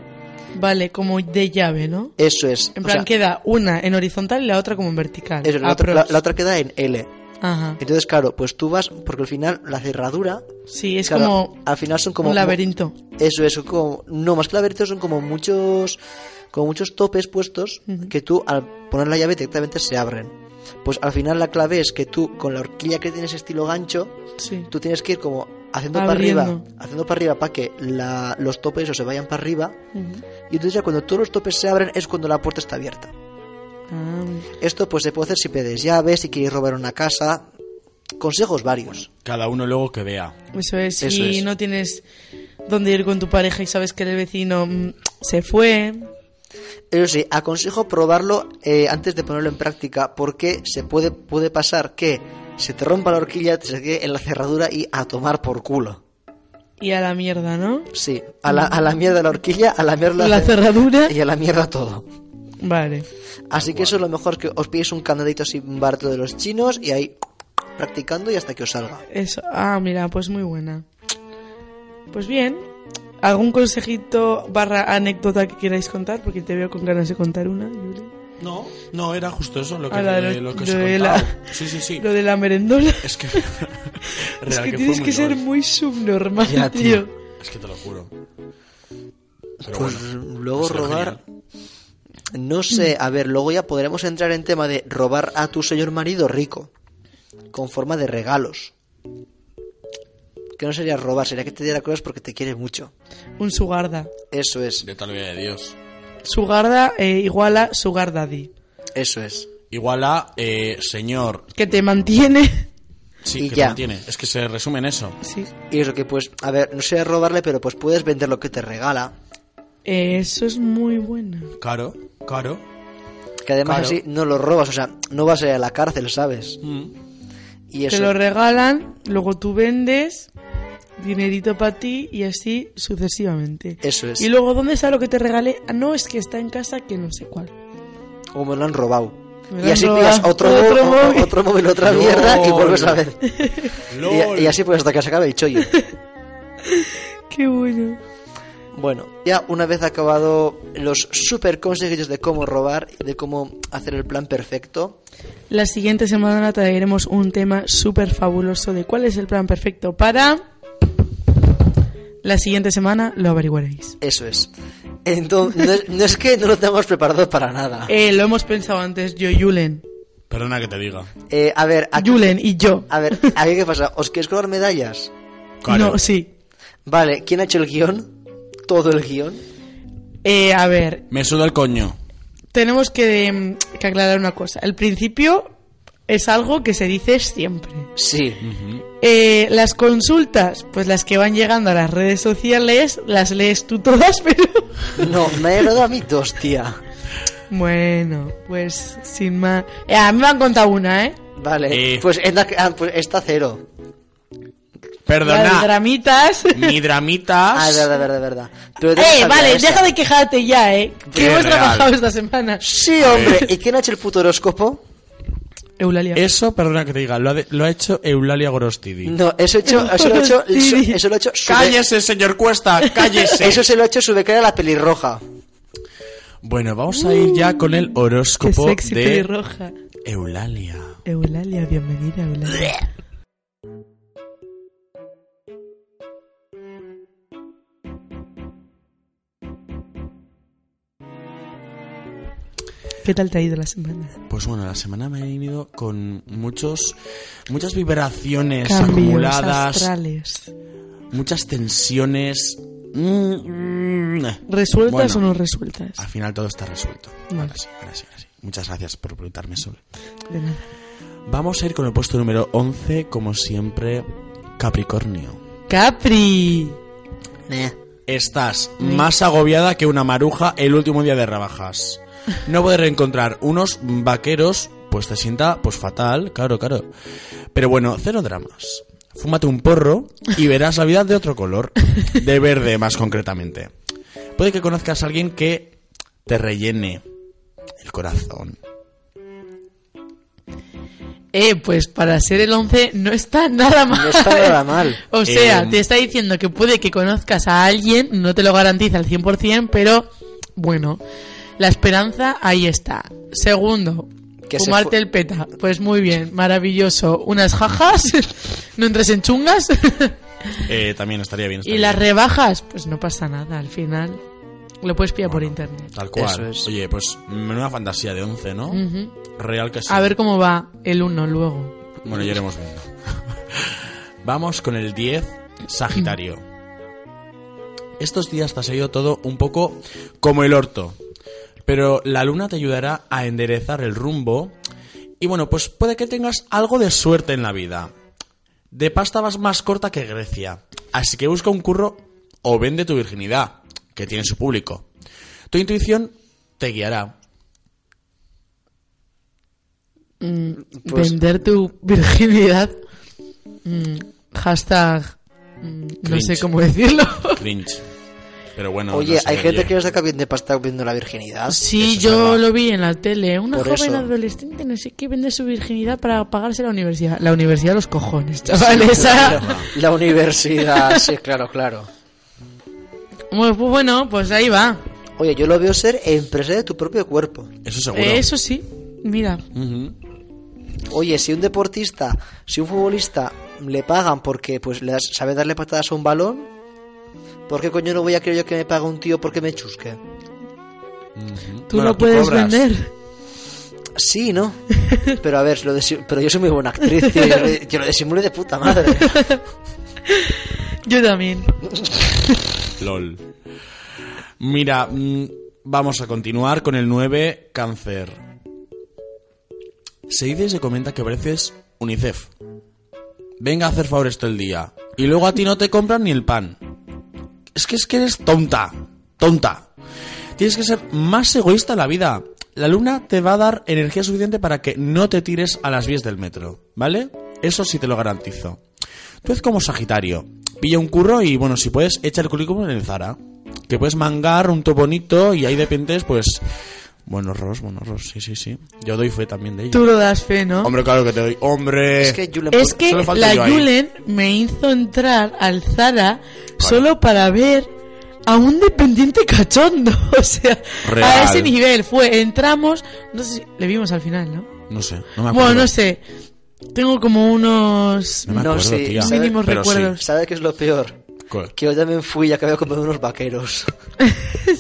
Speaker 2: Vale, como de llave, ¿no?
Speaker 1: eso es.
Speaker 2: En
Speaker 1: o
Speaker 2: plan,
Speaker 1: sea,
Speaker 2: queda una en horizontal y la otra como en vertical.
Speaker 1: eso, la, otra,
Speaker 2: Aprox.
Speaker 1: la- la otra queda en L.
Speaker 2: Ajá.
Speaker 1: Entonces, claro, pues tú vas, porque al final la cerradura,
Speaker 2: Sí, es
Speaker 1: claro,
Speaker 2: como,
Speaker 1: al final son como
Speaker 2: un laberinto.
Speaker 1: Eso, eso, como no más que laberintos son como muchos, como muchos topes puestos que tú al poner la llave directamente se abren. Pues al final la clave es que tú con la horquilla que tienes estilo gancho,
Speaker 2: Sí.
Speaker 1: tú tienes que ir como haciendo
Speaker 2: Abriendo.
Speaker 1: para arriba, haciendo para arriba para que la- los topes o se vayan para arriba.
Speaker 2: Ujú.
Speaker 1: Y entonces ya cuando todos los topes se abren es cuando la puerta está abierta.
Speaker 2: Ah,
Speaker 1: Esto pues se puede hacer si pedes llaves, si quieres robar una casa. Consejos varios.
Speaker 3: Cada uno luego que vea.
Speaker 2: eso es. Si
Speaker 1: Eso es.
Speaker 2: no tienes dónde ir con tu pareja y sabes que el vecino mm, se fue.
Speaker 1: Eso sí, aconsejo probarlo eh, antes de ponerlo en práctica porque se puede, puede pasar que se te rompa la horquilla, te se quede en la cerradura y a tomar por culo.
Speaker 2: Y a la mierda, ¿no?
Speaker 1: Sí, a la, a la mierda la horquilla, a la mierda
Speaker 2: La cerradura.
Speaker 1: [LAUGHS] y a la mierda todo.
Speaker 2: Vale.
Speaker 1: Así que eso es lo mejor, que os pilléis un candadito así barato de los chinos y ahí practicando y hasta que os salga.
Speaker 2: Eso. Ah, mira, pues muy buena. Pues bien. ¿Algún consejito barra anécdota que queráis contar? Porque te veo con ganas de contar una, Yuri.
Speaker 3: No, no, era justo eso lo que,
Speaker 2: Ah, la de-
Speaker 3: lo que
Speaker 2: lo
Speaker 3: os he
Speaker 2: de [LAUGHS]
Speaker 3: contado.
Speaker 2: la-
Speaker 3: Sí, sí, sí.
Speaker 2: Lo de la merendola. [LAUGHS]
Speaker 3: Es que. [LAUGHS]
Speaker 2: Es que
Speaker 3: Real, fue
Speaker 2: tienes
Speaker 3: muy
Speaker 2: que ser
Speaker 3: lol.
Speaker 2: muy subnormal,
Speaker 1: Ya, tío.
Speaker 2: tío.
Speaker 3: Es que te lo juro. Pero
Speaker 1: Pues
Speaker 3: bueno,
Speaker 1: luego
Speaker 3: es lo
Speaker 1: robar...
Speaker 3: genial.
Speaker 1: No sé, a ver, luego ya podremos entrar en tema de robar a tu señor marido rico, con forma de regalos. Que no sería robar, sería que te diera cosas porque te quiere mucho.
Speaker 2: Un sugarda.
Speaker 1: Eso es,
Speaker 3: De tal vida de Dios.
Speaker 2: Sugarda eh, igual a sugar daddy.
Speaker 1: eso es.
Speaker 3: Igual a eh, señor.
Speaker 2: Que te mantiene. [LAUGHS]
Speaker 3: Sí,
Speaker 1: Y
Speaker 3: que
Speaker 1: ya.
Speaker 3: tiene. Es que se resume en eso.
Speaker 2: Sí.
Speaker 1: Y es lo que pues, a ver, no sería robarle, pero pues puedes vender lo que te regala.
Speaker 2: Eh, eso es muy buena.
Speaker 3: Caro, caro.
Speaker 1: Que además
Speaker 3: Claro.
Speaker 1: así no lo robas, o sea, no vas a ir a la cárcel, ¿sabes?
Speaker 3: Mm.
Speaker 1: Y
Speaker 2: Te
Speaker 1: eso,
Speaker 2: lo regalan, luego tú vendes, dinerito para ti y así sucesivamente.
Speaker 1: eso es.
Speaker 2: Y luego, ¿dónde está lo que te regalé? Ah, no, es que está en casa que no sé cuál.
Speaker 1: O me lo han robado.
Speaker 2: Me lo
Speaker 1: y
Speaker 2: han
Speaker 1: así
Speaker 2: robado.
Speaker 1: pillas otro,
Speaker 2: [LAUGHS] Otro
Speaker 1: móvil, o-
Speaker 2: móvil.
Speaker 1: otro móvil, otra
Speaker 3: No.
Speaker 1: mierda y vuelves a ver.
Speaker 3: LOL.
Speaker 1: Y, y así pues hasta que se acabe el chollo.
Speaker 2: [LAUGHS] Qué bueno.
Speaker 1: Bueno, ya una vez acabado los super consejillos de cómo robar, de cómo hacer el plan perfecto,
Speaker 2: La siguiente semana traeremos un tema súper fabuloso de cuál es el plan perfecto para... La siguiente semana lo averiguaréis.
Speaker 1: eso es. Entonces, no es, no es que no lo tengamos preparado para nada.
Speaker 2: Eh, lo hemos pensado antes, yo y Julen.
Speaker 3: Perdona que te diga.
Speaker 1: Eh, a ver, aquí,
Speaker 2: Julen y yo.
Speaker 1: a ver, ¿a qué qué pasa? ¿Os queréis colgar medallas?
Speaker 3: Caro.
Speaker 2: No, sí.
Speaker 1: Vale, ¿quién ha hecho el guión? ¿Todo el guión?
Speaker 2: Eh, a ver,
Speaker 3: Me suda el coño.
Speaker 2: tenemos que, mm, que aclarar una cosa. El principio es algo que se dice siempre. [LAUGHS]
Speaker 1: Sí.
Speaker 2: Eh, las consultas, pues las que van llegando a las redes sociales, las lees tú todas, [LAUGHS] pero...
Speaker 1: No, me he dado a mí dos, tía.
Speaker 2: Bueno, pues sin más... Eh, a mí me han contado una, ¿eh?
Speaker 1: Vale,
Speaker 3: Eh.
Speaker 1: pues, esta- ah, pues está cero.
Speaker 2: La de
Speaker 3: Perdona. [LAUGHS]
Speaker 2: dramitas.
Speaker 1: [LAUGHS]
Speaker 3: Mi
Speaker 1: Ah, es
Speaker 3: dramitas.
Speaker 1: verdad, verdad, verdad. Pero tengo que
Speaker 2: eh,
Speaker 1: saber
Speaker 2: vale,
Speaker 1: esa.
Speaker 2: deja de quejarte ya, ¿eh?
Speaker 3: Qué
Speaker 2: Que hemos
Speaker 3: real.
Speaker 2: trabajado esta semana.
Speaker 1: Sí, hombre. ¿Y quién ha hecho el puto horóscopo?
Speaker 2: Eulalia.
Speaker 3: Eso, perdona que te diga. Lo ha, de- lo ha hecho Eulalia
Speaker 1: [LAUGHS]
Speaker 3: Gorostidi.
Speaker 1: No, eso, he hecho, eso lo ha hecho... Eso,
Speaker 2: Hostia.
Speaker 1: eso lo ha hecho... su-
Speaker 3: ¡Cállese, señor Cuesta!
Speaker 2: [LAUGHS]
Speaker 3: ¡Cállese!
Speaker 1: Eso se lo ha hecho su becaria la pelirroja.
Speaker 3: Bueno, vamos a ir ya con el
Speaker 2: Qué
Speaker 3: horóscopo
Speaker 2: sexy
Speaker 3: de
Speaker 2: pelirroja.
Speaker 3: Eulalia.
Speaker 2: Eulalia, bienvenida, Eulalia. ¿Qué tal te ha ido la semana?
Speaker 3: Pues bueno, la semana me ha venido con muchos, muchas vibraciones
Speaker 2: Cambios
Speaker 3: acumuladas,
Speaker 2: astrales.
Speaker 3: muchas tensiones. Mm, mm.
Speaker 2: ¿Resueltas
Speaker 3: Bueno,
Speaker 2: o no resueltas?
Speaker 1: Ah.
Speaker 3: Al final todo está resuelto.
Speaker 2: Vale.
Speaker 3: Ahora sí, ahora sí, ahora sí. Muchas gracias por preguntarme sobre.
Speaker 2: De nada.
Speaker 3: Vamos a ir con el puesto número 11, como siempre, Capricornio.
Speaker 2: Capri.
Speaker 3: Eh. Estás más agobiada que una maruja el último día de rebajas. No poder encontrar unos vaqueros, pues te sienta pues fatal, claro, claro. Pero bueno, cero dramas. Fúmate un porro y verás la vida de otro color, de verde más concretamente. Puede que conozcas a alguien que te rellene el corazón.
Speaker 2: Eh, pues para ser el 11 no está nada mal.
Speaker 1: No está nada
Speaker 3: [LAUGHS]
Speaker 1: mal.
Speaker 2: O sea,
Speaker 1: Em,
Speaker 3: Eh,
Speaker 2: te está diciendo que puede que conozcas a alguien, no te lo garantiza al 100%, pero bueno, la esperanza ahí está. Segundo,
Speaker 1: Que se fu-
Speaker 2: fumarte el peta. Pues muy bien, maravilloso. Unas jajas, [LAUGHS] no entres
Speaker 1: [LAUGHS]
Speaker 2: en chungas.
Speaker 3: Eh, también estaría bien.
Speaker 2: y
Speaker 3: estaría
Speaker 2: las
Speaker 3: bien.
Speaker 2: rebajas, pues no pasa nada, al final lo puedes pillar por internet.
Speaker 3: Tal cual.
Speaker 1: Eso es.
Speaker 3: Oye, pues menuda fantasía de 11, ¿no?
Speaker 2: Ujú.
Speaker 3: Real que sí.
Speaker 2: A ver cómo va el uno luego.
Speaker 3: Bueno, ya iremos viendo. [LAUGHS] Vamos con el 10, Sagitario. Estos días te ha salido todo un poco como el orto, pero la luna te ayudará a enderezar el rumbo y bueno, pues puede que tengas algo de suerte en la vida. De pasta vas más corta que Grecia, así que busca un curro o vende tu virginidad, que tiene su público. Tu intuición te guiará.
Speaker 1: Pues-
Speaker 2: Vender tu virginidad. Mm, hashtag mm, no
Speaker 3: Cringe.
Speaker 2: sé cómo decirlo.
Speaker 3: Cringe. Pero bueno.
Speaker 1: Oye,
Speaker 3: no sé,
Speaker 1: hay gente
Speaker 3: oye.
Speaker 1: que lo saca bien de pasta viendo la virginidad.
Speaker 2: Sí,
Speaker 3: Eso es
Speaker 2: yo
Speaker 3: verdad.
Speaker 2: lo vi en la tele. Una
Speaker 1: Por
Speaker 2: joven
Speaker 1: eso.
Speaker 2: adolescente, no sé qué, vende su virginidad para pagarse la universidad. La universidad, los cojones, chavales. ah.
Speaker 1: La universidad, sí, claro, claro.
Speaker 2: Bueno, pues bueno, pues ahí va.
Speaker 1: Oye, yo lo veo ser empresa de tu propio cuerpo.
Speaker 3: Eso seguro. Mm,
Speaker 2: Eh, eso sí, mira.
Speaker 3: Ujú.
Speaker 1: Oye, si un deportista, si un futbolista le pagan porque pues le das- sabe darle patadas a un balón, ¿por qué coño no voy a creer yo que me paga un tío porque me chusque?
Speaker 3: Ujú.
Speaker 2: Tú
Speaker 3: Bueno,
Speaker 2: lo puedes
Speaker 3: cobras.
Speaker 2: vender.
Speaker 1: Sí,
Speaker 2: [LAUGHS]
Speaker 1: ¿no? Pero a ver, lo de si- pero yo soy muy buena actriz, tío, yo, lo- yo lo disimulo de puta
Speaker 2: [LAUGHS]
Speaker 1: madre.
Speaker 2: Yo también.
Speaker 3: LOL. Mira, mm, vamos a continuar con el 9, cáncer. Se dice y se comenta que pareces UNICEF. Venga a hacer favores todo el día. Y luego a ti no te compran ni el pan. Es que es que eres tonta. Tonta. Tienes que ser más egoísta en la vida. La luna te va a dar energía suficiente para que no te tires a las vías del metro, ¿vale? Eso sí te lo garantizo. Tú es como Sagitario. Pilla un curro y, bueno, si puedes, echa el currículum en el Zara. Que puedes mangar un toponito y ahí de pintes, pues... Buenos ros, buenos ros, sí, sí, sí. Yo doy fe también de ello.
Speaker 2: Tú lo das fe, ¿no?
Speaker 3: Hombre, claro que te doy. Hombre.
Speaker 1: Es que Julen,
Speaker 2: Es
Speaker 1: por-
Speaker 2: que
Speaker 3: Solo falta
Speaker 2: la
Speaker 3: yo ahí.
Speaker 2: Julen me hizo entrar al Zara solo para ver a un dependiente cachondo. [LAUGHS] O sea, a
Speaker 3: Real.
Speaker 2: ese nivel fue. Entramos, no sé si le vimos al final, ¿no?
Speaker 3: No sé, no me acuerdo.
Speaker 2: Bueno, no sé. Tengo como unos
Speaker 3: No me
Speaker 1: No,
Speaker 3: acuerdo,
Speaker 1: sí,
Speaker 3: tía.
Speaker 1: ¿sabes?
Speaker 2: mínimos
Speaker 3: Pero sí.
Speaker 2: recuerdos.
Speaker 1: ¿sabes qué es lo peor?
Speaker 2: [LAUGHS]
Speaker 3: Co-
Speaker 1: Que yo también fui y acabé comiendo unos vaqueros. [LAUGHS]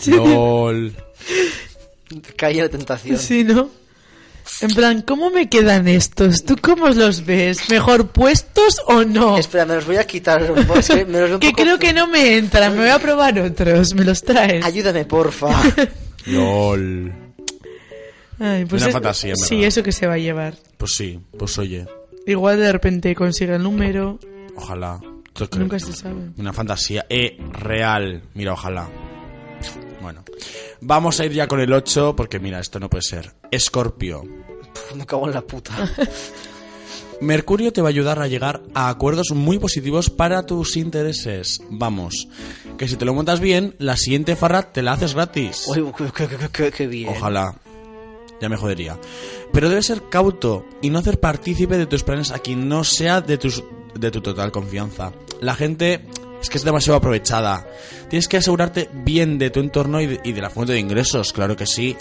Speaker 3: LOL.
Speaker 1: Caí en la tentación.
Speaker 2: Sí, ¿no? En plan, ¿cómo me quedan estos? ¿Tú cómo los ves? ¿Mejor puestos o no?
Speaker 1: Espera, me los voy a quitar. un poco, es que me los veo un
Speaker 2: Que
Speaker 1: poco-
Speaker 2: creo que no me entran, me voy a probar otros, me los traes.
Speaker 1: Ayúdame,
Speaker 2: [LAUGHS]
Speaker 1: porfa.
Speaker 3: LOL.
Speaker 2: Ay, pues
Speaker 3: Una
Speaker 2: es-
Speaker 3: fantasía, en
Speaker 2: Sí,
Speaker 3: verdad.
Speaker 2: eso que se va a llevar.
Speaker 3: Pues sí, pues oye,
Speaker 2: Igual de repente consigue el número,
Speaker 3: ojalá. Yo creo-
Speaker 2: nunca se sabe.
Speaker 3: Una fantasía eh, real. Mira, ojalá. Bueno. Vamos a ir ya con el 8 porque mira, esto no puede ser. Escorpio.
Speaker 1: Puf, me cago en la puta.
Speaker 3: Mercurio te va a ayudar a llegar a acuerdos muy positivos para tus intereses. Vamos, que si te lo montas bien, la siguiente farra te la haces gratis.
Speaker 1: Uy, qué, qué- qué- qué- qué bien.
Speaker 3: Ojalá. Ya me jodería. Pero debes ser cauto y no hacer partícipe de tus planes a quien no sea de, tus, de tu total confianza. La gente es que es demasiado aprovechada. Tienes que asegurarte bien de tu entorno y de, y de la fuente de ingresos, claro que sí.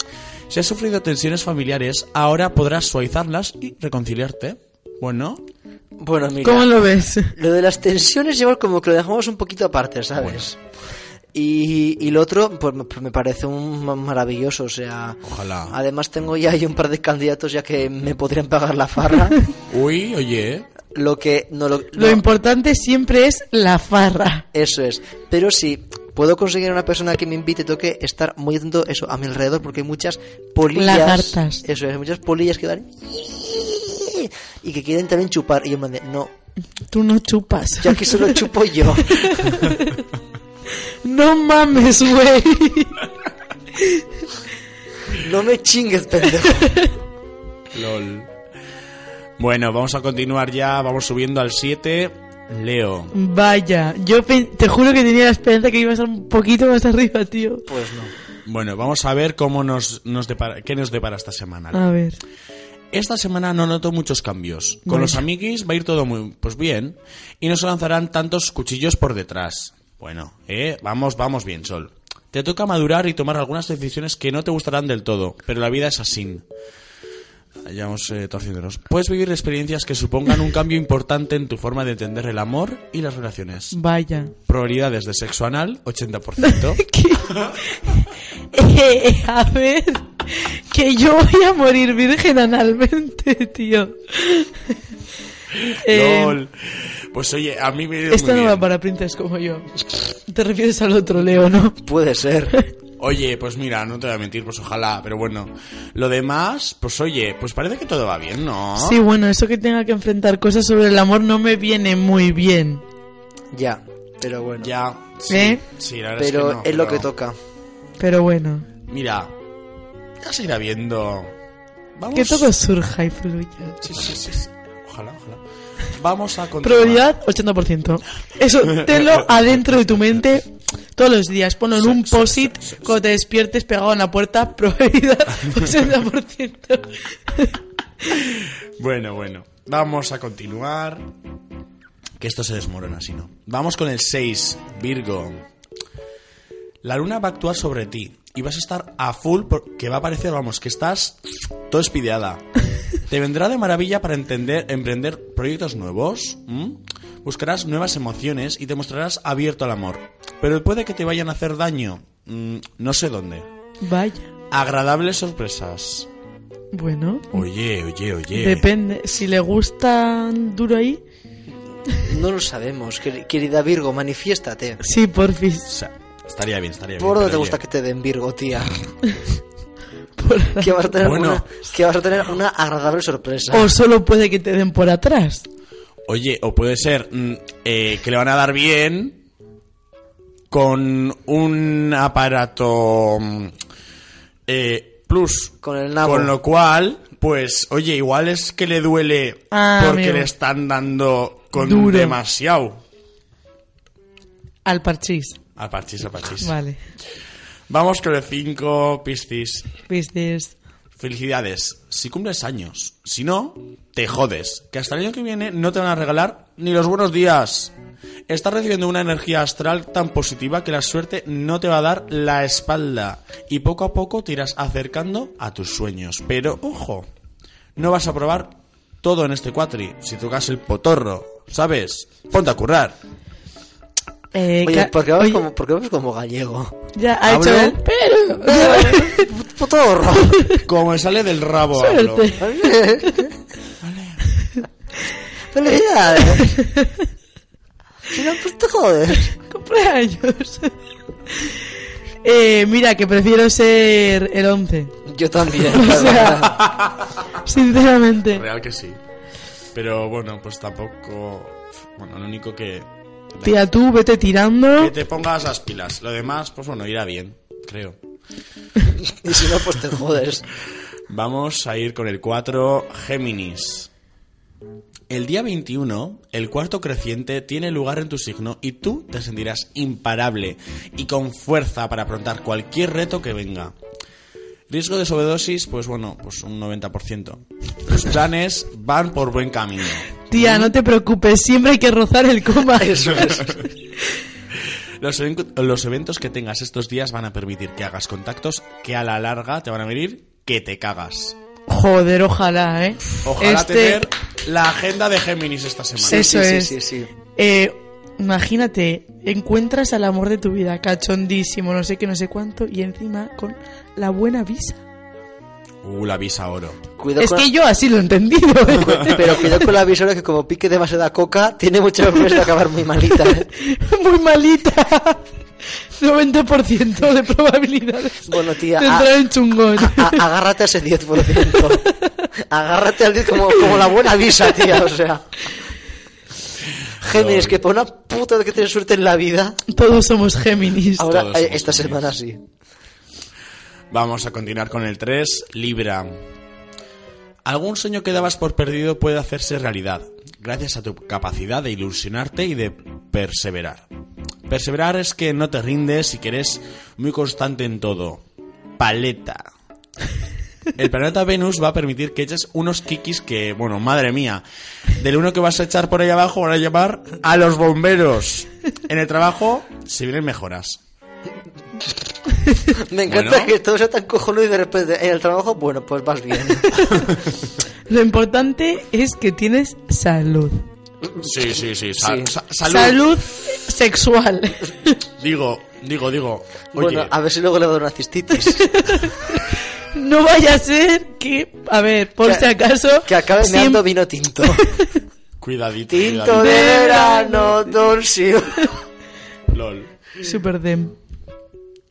Speaker 3: Si has sufrido tensiones familiares, ahora podrás suavizarlas y reconciliarte. Bueno,
Speaker 1: Bueno, mira.
Speaker 2: ¿Cómo lo ves?
Speaker 1: Lo de las tensiones igual como que lo dejamos un poquito aparte, ¿sabes? Y, y lo otro, pues me- pues me parece un ma- maravilloso, o sea...
Speaker 3: Ojalá.
Speaker 1: Además tengo ya ahí un par de candidatos ya que me podrían pagar la farra.
Speaker 3: uy, oye,
Speaker 1: lo que... No, lo,
Speaker 2: Lo
Speaker 1: no,
Speaker 2: importante siempre es la farra.
Speaker 1: Eso es. Pero si puedo conseguir a una persona que me invite, tengo que estar muy atento eso, a mi alrededor, porque hay muchas polillas.
Speaker 2: Lagartas.
Speaker 1: Eso es, muchas polillas que dan. Y que quieren también chupar. Y yo me de, no,
Speaker 2: Tú no chupas.
Speaker 1: ya que solo chupo yo.
Speaker 2: No mames, güey.
Speaker 1: No me chingues, pendejo.
Speaker 3: lol. Bueno, vamos a continuar ya, vamos subiendo al 7. Leo.
Speaker 2: Vaya, yo pen- te juro que tenía la esperanza que iba a estar un poquito más arriba, tío.
Speaker 1: Pues no.
Speaker 3: Bueno, vamos a ver cómo nos, nos depara, qué nos depara esta semana.
Speaker 2: A ver.
Speaker 3: Esta semana no noto muchos cambios. Con
Speaker 2: Vale.
Speaker 3: los amiguis va a ir todo muy pues bien y no se lanzarán tantos cuchillos por detrás. Bueno, eh, vamos, vamos bien, Sol. Te toca madurar y tomar algunas decisiones que no te gustarán del todo, pero la vida es así. Ya vamos eh, torciéndonos. Puedes vivir experiencias que supongan un cambio importante en tu forma de entender el amor y las relaciones.
Speaker 2: Vaya.
Speaker 3: Probabilidades de sexo anal, 80%.
Speaker 2: [LAUGHS] Eh, a ver. Que yo voy a morir virgen analmente, tío. Eh,
Speaker 3: LOL. Pues oye, a mí me ha ido
Speaker 2: Esta
Speaker 3: muy
Speaker 2: no va
Speaker 3: bien.
Speaker 2: para princes como yo. Te refieres al otro, Leo, ¿no?
Speaker 1: Puede
Speaker 2: [LAUGHS]
Speaker 1: ser.
Speaker 3: Oye, pues mira, no te voy a mentir, pues ojalá, pero bueno. Lo demás, pues oye, pues parece que todo va bien, ¿no?
Speaker 2: Sí, bueno, eso que tenga que enfrentar cosas sobre el amor no me viene muy bien.
Speaker 1: Ya, pero bueno.
Speaker 3: Ya. Sí,
Speaker 2: ¿Eh?
Speaker 3: sí, la verdad
Speaker 1: Pero es,
Speaker 3: es que no,
Speaker 1: lo
Speaker 3: pero-
Speaker 1: que toca.
Speaker 2: Pero bueno,
Speaker 3: Mira, ya se irá viendo. Vamos.
Speaker 2: que todo surja y fluya.
Speaker 3: Sí, sí, sí, sí. Ojalá, ojalá.
Speaker 2: [LAUGHS]
Speaker 3: Vamos a continuar.
Speaker 2: Probabilidad 80%. Eso, tenlo adentro de tu mente todos los días. Ponlo en un post-it cuando te despiertes pegado en la puerta. [LAUGHS] Probabilidad 80%.
Speaker 3: Bueno, bueno. Vamos a continuar. Que esto se desmorona, si no. Vamos con el 6, Virgo. La luna va a actuar sobre ti y vas a estar a full porque va a parecer, vamos, que estás todo [LAUGHS] espideada. Te vendrá de maravilla para entender, emprender proyectos nuevos, ¿m? buscarás nuevas emociones y te mostrarás abierto al amor. Pero puede que te vayan a hacer daño, mm, no sé dónde.
Speaker 2: Vaya.
Speaker 3: Agradables sorpresas.
Speaker 2: Bueno.
Speaker 3: Oye, oye, oye.
Speaker 2: Depende. Si le gustan duro ahí.
Speaker 1: No lo sabemos. Quer- Querida Virgo, manifiéstate.
Speaker 2: Sí,
Speaker 3: O
Speaker 2: porfis.
Speaker 3: sea, estaría bien, estaría bien.
Speaker 1: ¿Por dónde
Speaker 3: pero
Speaker 1: te gusta
Speaker 3: oye.
Speaker 1: que te den Virgo, tía?
Speaker 2: [LAUGHS]
Speaker 1: [LAUGHS]
Speaker 2: Por-
Speaker 1: Que vas a tener,
Speaker 3: Bueno.
Speaker 1: una, que vas a tener una agradable sorpresa.
Speaker 2: O solo puede que te den por atrás.
Speaker 3: Oye, o puede ser mm, eh, que le van a dar bien con un aparato mm, eh, plus.
Speaker 1: Con el nabo.
Speaker 3: Con lo cual, pues, oye, igual es que le duele
Speaker 2: Ah,
Speaker 3: porque
Speaker 2: amigo.
Speaker 3: le están dando con
Speaker 2: Duro.
Speaker 3: demasiado.
Speaker 2: Al parchís.
Speaker 3: A parchís, a parchís.
Speaker 2: Vale.
Speaker 3: Vamos con el 5, Piscis.
Speaker 2: Viste.
Speaker 3: Felicidades, si cumples años. Si no, te jodes. Que hasta el año que viene no te van a regalar ni los buenos días. Estás recibiendo una energía astral tan positiva que la suerte no te va a dar la espalda. Y poco a poco te irás acercando a tus sueños. Pero ojo, no vas a probar todo en este cuatri si tocas el potorro. ¿Sabes? Ponte a currar.
Speaker 2: Eh,
Speaker 1: Oye,
Speaker 2: ca-
Speaker 1: ¿por qué vamos,
Speaker 2: oye,
Speaker 1: como, Ah, por qué vamos como
Speaker 2: [LAUGHS]
Speaker 1: gallego?
Speaker 2: Ya ha hecho
Speaker 3: Hablo-
Speaker 2: el pero.
Speaker 1: ¡Potorro!
Speaker 3: Como me sale del rabo. hablo.
Speaker 2: Suerte.
Speaker 1: [LAUGHS] ¡Felicidades! Si no, pues te
Speaker 2: [LAUGHS]
Speaker 1: jodes.
Speaker 2: Cumpleaños. [LAUGHS] Eh, mira, que prefiero ser el 11.
Speaker 1: Yo también.
Speaker 2: O sea, sinceramente.
Speaker 3: Real que sí. Pero bueno, pues tampoco. Bueno, lo único que.
Speaker 2: Tía, tú vete tirando.
Speaker 3: Que te pongas las pilas. Lo demás, pues bueno, irá bien, creo.
Speaker 1: y si no, pues te
Speaker 3: [LAUGHS]
Speaker 1: jodes.
Speaker 3: Vamos a ir con el 4, Géminis. El día 21, el cuarto creciente tiene lugar en tu signo y tú te sentirás imparable y con fuerza para afrontar cualquier reto que venga. Riesgo de sobredosis, pues bueno, pues un 90%. Los planes van por buen camino.
Speaker 2: Tía, no te preocupes, siempre hay que rozar el coma.
Speaker 1: Eso es.
Speaker 3: Los, even- los eventos que tengas estos días van a permitir que hagas contactos que a la larga te van a venir que te cagas.
Speaker 2: Joder, ojalá, ¿eh?
Speaker 3: Ojalá
Speaker 2: Este-
Speaker 3: tener la agenda de Géminis esta semana.
Speaker 2: Sí. Eso
Speaker 1: sí, sí,
Speaker 2: es.
Speaker 1: Sí, sí,
Speaker 2: Eh, imagínate, encuentras al amor de tu vida, cachondísimo, no sé qué, no sé cuánto, y encima con la buena visa.
Speaker 3: Uh, la visa oro.
Speaker 1: Cuidado
Speaker 2: Es
Speaker 1: con
Speaker 2: que yo así lo he entendido. [LAUGHS] ¿eh?
Speaker 1: [LAUGHS] Pero cuidado con la visora que como pique demasiada coca, tiene
Speaker 2: [LAUGHS]
Speaker 1: muchas opciones de acabar muy malita. ¿eh?
Speaker 2: Muy malita. [LAUGHS] 90% de probabilidades
Speaker 1: Bueno, tía,
Speaker 2: de
Speaker 1: a-
Speaker 2: entrar en chungón.
Speaker 1: A- agárrate a ese 10%. agárrate al 10 como, como la buena visa, tía, o sea. Géminis, que por una puta de que tienes suerte en la vida,
Speaker 2: [LAUGHS] Todos somos Géminis.
Speaker 1: ahora
Speaker 3: Todos
Speaker 1: eh,
Speaker 3: somos
Speaker 1: esta
Speaker 3: Géminis.
Speaker 1: semana sí.
Speaker 3: Vamos a continuar con el 3, Libra. Algún sueño que dabas por perdido puede hacerse realidad, gracias a tu capacidad de ilusionarte y de perseverar. Perseverar es que no te rindes y que eres muy constante en todo. Paleta. El planeta Venus va a permitir que eches unos kikis que, bueno, madre mía, del uno que vas a echar por ahí abajo van a llamar a los bomberos. En el trabajo se vienen mejoras.
Speaker 1: Me encanta
Speaker 3: Bueno.
Speaker 1: que todo sea tan cojonudo y de repente en el trabajo, bueno, pues vas [LAUGHS] bien.
Speaker 2: Lo importante es que tienes salud.
Speaker 3: Sí, sí, sí. sa-
Speaker 1: Sí.
Speaker 3: sa-
Speaker 2: Salud, sexual.
Speaker 3: Digo, digo, digo. Oye,
Speaker 1: Bueno, a ver si luego le va a dar una cistitis.
Speaker 2: No vaya a ser que, a ver, por
Speaker 1: Que-
Speaker 2: si acaso,
Speaker 1: Que acabe
Speaker 2: siem-
Speaker 1: meando vino tinto.
Speaker 3: cuidadito.
Speaker 1: Tinto
Speaker 3: cuidadito.
Speaker 1: de verano, dulce.
Speaker 3: LOL.
Speaker 2: Super dem.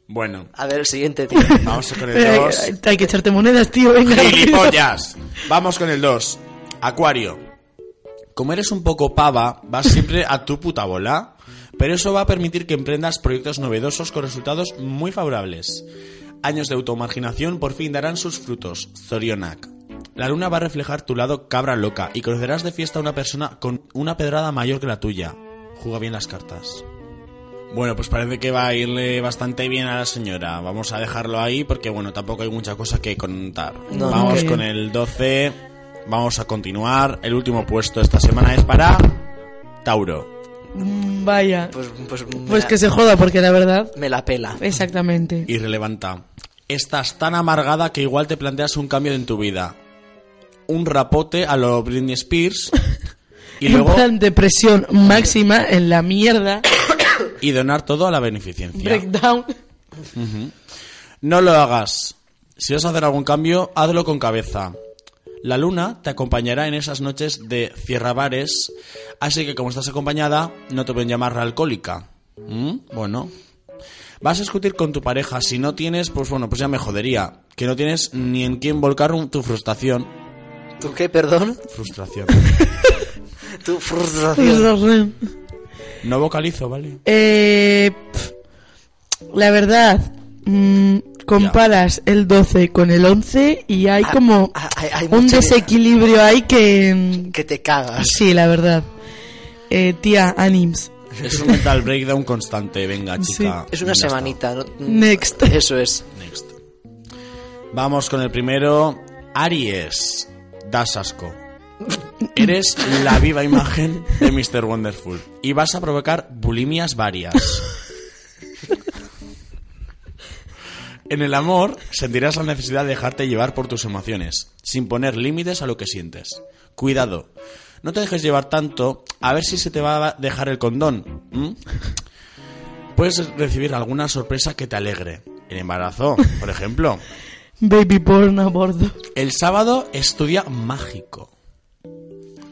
Speaker 3: Bueno,
Speaker 1: A ver, el siguiente,
Speaker 2: [LAUGHS]
Speaker 1: tío.
Speaker 3: vamos
Speaker 1: [LAUGHS]
Speaker 3: con el
Speaker 2: Pero
Speaker 3: 2.
Speaker 2: hay, Eh, hay que echarte monedas, tío, venga.
Speaker 3: ¡Gilipollas! Vamos con el 2. Acuario. Como eres un poco pava, vas siempre a tu puta bola. Pero eso va a permitir que emprendas proyectos novedosos con resultados muy favorables. Años de automarginación por fin darán sus frutos. Zorionak. La luna va a reflejar tu lado cabra loca y conocerás de fiesta a una persona con una pedrada mayor que la tuya. Juega bien las cartas. Bueno, pues parece que va a irle bastante bien a la señora. Vamos a dejarlo ahí porque, bueno, tampoco hay mucha cosa que contar.
Speaker 1: No.
Speaker 3: vamos
Speaker 2: Ok.
Speaker 3: con el 12. Vamos a continuar. El último puesto esta semana es para Tauro.
Speaker 2: [LAUGHS] Mm, Vaya.
Speaker 1: Pues, pues, me
Speaker 2: Pues
Speaker 1: la-
Speaker 2: que se joda, porque la verdad.
Speaker 1: Me la pela.
Speaker 2: Exactamente.
Speaker 3: Irrelevanta. Estás tan amargada que igual te planteas un cambio en tu vida. Un rapote a lo Britney Spears. Y
Speaker 2: [LAUGHS]
Speaker 3: luego,
Speaker 2: En plan, depresión máxima en la mierda.
Speaker 3: y donar todo a la beneficencia.
Speaker 2: Breakdown.
Speaker 3: No lo hagas. Si vas a hacer algún cambio, hazlo con cabeza. La luna te acompañará en esas noches de cierrabares, así que como estás acompañada, no te pueden llamar la alcohólica. ¿Mm? Bueno. Vas a discutir con tu pareja. Si no tienes, pues bueno, pues ya me jodería. Que no tienes ni en quién volcar un- tu frustración.
Speaker 1: ¿Tú qué, perdón?
Speaker 3: Frustración.
Speaker 1: Tu frustración.
Speaker 2: [LAUGHS]
Speaker 3: No vocalizo, ¿vale?
Speaker 2: Eh, pf, la verdad, mm, comparas el 12 con el 11 y hay
Speaker 1: Ah,
Speaker 2: como
Speaker 1: ah, hay- hay
Speaker 2: un
Speaker 1: mucha-
Speaker 2: desequilibrio ahí que... mm,
Speaker 1: Que te cagas.
Speaker 2: Sí, la verdad. Eh, tía, anims.
Speaker 3: Es un mental breakdown constante. Venga, chica.
Speaker 1: Es una
Speaker 3: ya está.
Speaker 1: semanita. ¿no?
Speaker 2: Next.
Speaker 1: Eso es.
Speaker 3: Next. Vamos con el primero. Aries. Das asco. Eres la viva imagen de Mr. Wonderful. Y vas a provocar bulimias varias. En el amor sentirás la necesidad de dejarte llevar por tus emociones, sin poner límites a lo que sientes. Cuidado, no te dejes llevar tanto, a ver si se te va a dejar el condón. ¿m? Puedes recibir alguna sorpresa que te alegre. El embarazo, por ejemplo.
Speaker 2: Baby porn a bordo.
Speaker 3: El sábado estudia mágico.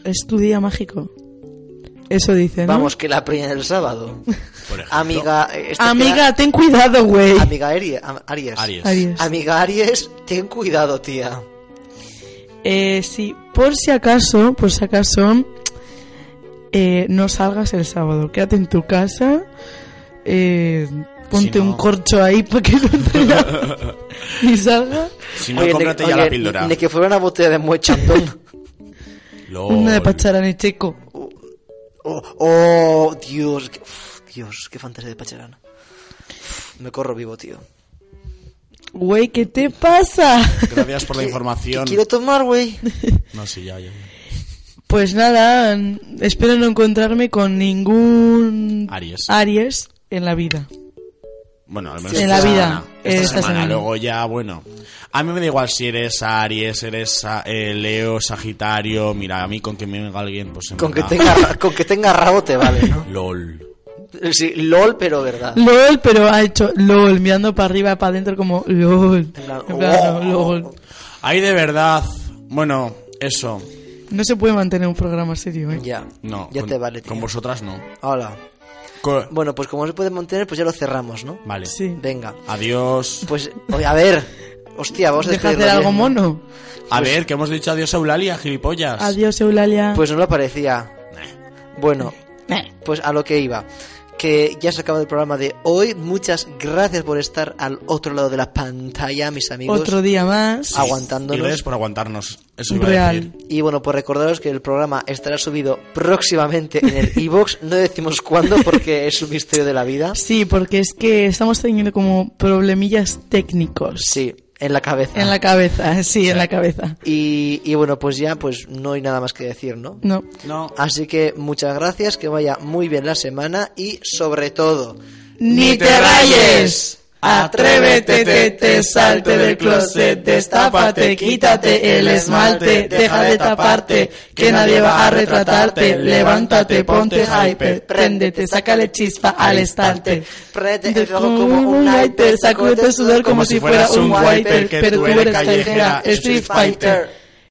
Speaker 2: Es tu día mágico. Eso dice, [LAUGHS] ¿no?
Speaker 1: Vamos, que la preña del
Speaker 2: [LAUGHS]
Speaker 1: sábado.
Speaker 3: Por ejemplo,
Speaker 1: Amiga. eh, esta
Speaker 2: Amiga,
Speaker 1: tía-
Speaker 2: ten cuidado, güey.
Speaker 1: Amiga Aries. am- Aries.
Speaker 3: Aries.
Speaker 2: Aries.
Speaker 1: Amiga Aries, ten cuidado, tía.
Speaker 2: Eh, sí, por si acaso, por si acaso, eh, no salgas el sábado. Quédate en tu casa, eh, ponte
Speaker 3: Si no-
Speaker 2: un corcho ahí para que no te
Speaker 3: [LAUGHS]
Speaker 2: la- y salga.
Speaker 3: Si no,
Speaker 1: Oye,
Speaker 3: cómprate
Speaker 1: ne-
Speaker 3: ya
Speaker 1: oye,
Speaker 3: la píldora.
Speaker 1: Ni que fuera una botella de
Speaker 2: [LAUGHS]
Speaker 1: muechandón.
Speaker 3: Lol.
Speaker 2: Una de pacharán y checo.
Speaker 1: oh, oh, Dios. qué- uf, Dios, qué fantasía de Pacharana. Me corro vivo, tío.
Speaker 2: Güey, ¿qué te pasa?
Speaker 3: Gracias
Speaker 1: [LAUGHS]
Speaker 3: por la
Speaker 1: ¿Qué
Speaker 3: información.
Speaker 1: quiero tomar, güey?
Speaker 3: No, sí, ya, ya.
Speaker 2: Pues nada, n- espero no encontrarme con ningún
Speaker 3: Aries.
Speaker 2: Aries en la vida.
Speaker 3: Bueno, al menos
Speaker 2: En
Speaker 3: esta
Speaker 2: la vida, eh,
Speaker 3: semana. Esta,
Speaker 2: esta
Speaker 3: semana.
Speaker 2: semana.
Speaker 3: Luego ya, bueno. A mí me da igual si eres Aries, eres eh, Leo, Sagitario. Mira, a mí con que me venga alguien, pues. en
Speaker 1: Con que,
Speaker 3: verdad.
Speaker 1: tenga, con que tenga rabo te vale, ¿no?
Speaker 3: Lol.
Speaker 1: Sí, LOL, pero verdad.
Speaker 2: LOL, pero ha hecho LOL, mirando para arriba, para adentro como LOL.
Speaker 1: En plan,
Speaker 2: En plan,
Speaker 1: oh.
Speaker 2: LOL.
Speaker 3: Ahí de verdad. Bueno, eso.
Speaker 2: No se puede mantener un programa serio, ¿eh?
Speaker 1: Ya.
Speaker 3: No.
Speaker 1: Ya
Speaker 3: con-
Speaker 1: te vale, tío.
Speaker 3: Con vosotras no.
Speaker 1: Hola.
Speaker 3: Co-
Speaker 1: Bueno, pues como no se puede mantener, pues ya lo cerramos, ¿no?
Speaker 3: Vale.
Speaker 2: Sí.
Speaker 1: Venga.
Speaker 3: Adiós.
Speaker 1: Pues, oye, a ver. Hostia, vamos a
Speaker 2: Deja
Speaker 1: despedirlo
Speaker 2: hacer algo
Speaker 1: bien, ¿no?
Speaker 2: mono.
Speaker 3: A ver, que hemos dicho adiós a Eulalia, gilipollas.
Speaker 2: Adiós, Eulalia.
Speaker 1: Pues no lo parecía. Bueno, pues a lo que iba. Que ya se acaba el programa de hoy. Muchas gracias por estar al otro lado de la pantalla, mis amigos.
Speaker 2: Otro día más.
Speaker 1: Sí. aguantándonos.
Speaker 3: Y gracias por aguantarnos. Eso iba a
Speaker 2: Real.
Speaker 3: decir.
Speaker 1: Y bueno, pues recordaros que el programa estará subido próximamente en el iBox. No decimos cuándo porque es un misterio de la vida.
Speaker 2: Sí, porque es que estamos teniendo como problemillas técnicos.
Speaker 1: Sí, en la cabeza.
Speaker 2: En la cabeza, sí, en la cabeza.
Speaker 1: Y, y bueno, pues ya pues no hay nada más que decir, ¿no?
Speaker 2: No.
Speaker 3: No.
Speaker 1: Así que muchas gracias, que vaya muy bien la semana y sobre todo...
Speaker 2: ¡Ni te rayes! Atrévete, te, te, salte del closet, destápate, quítate el esmalte, deja de taparte, que nadie va a retratarte, levántate, ponte hyper, préndete, sácale chispa al estante.
Speaker 1: Prende
Speaker 2: Prende el fuego como un lighter, sacúdete el sudor como si fuera un wiper, pero tú eres callejera, Street Fighter.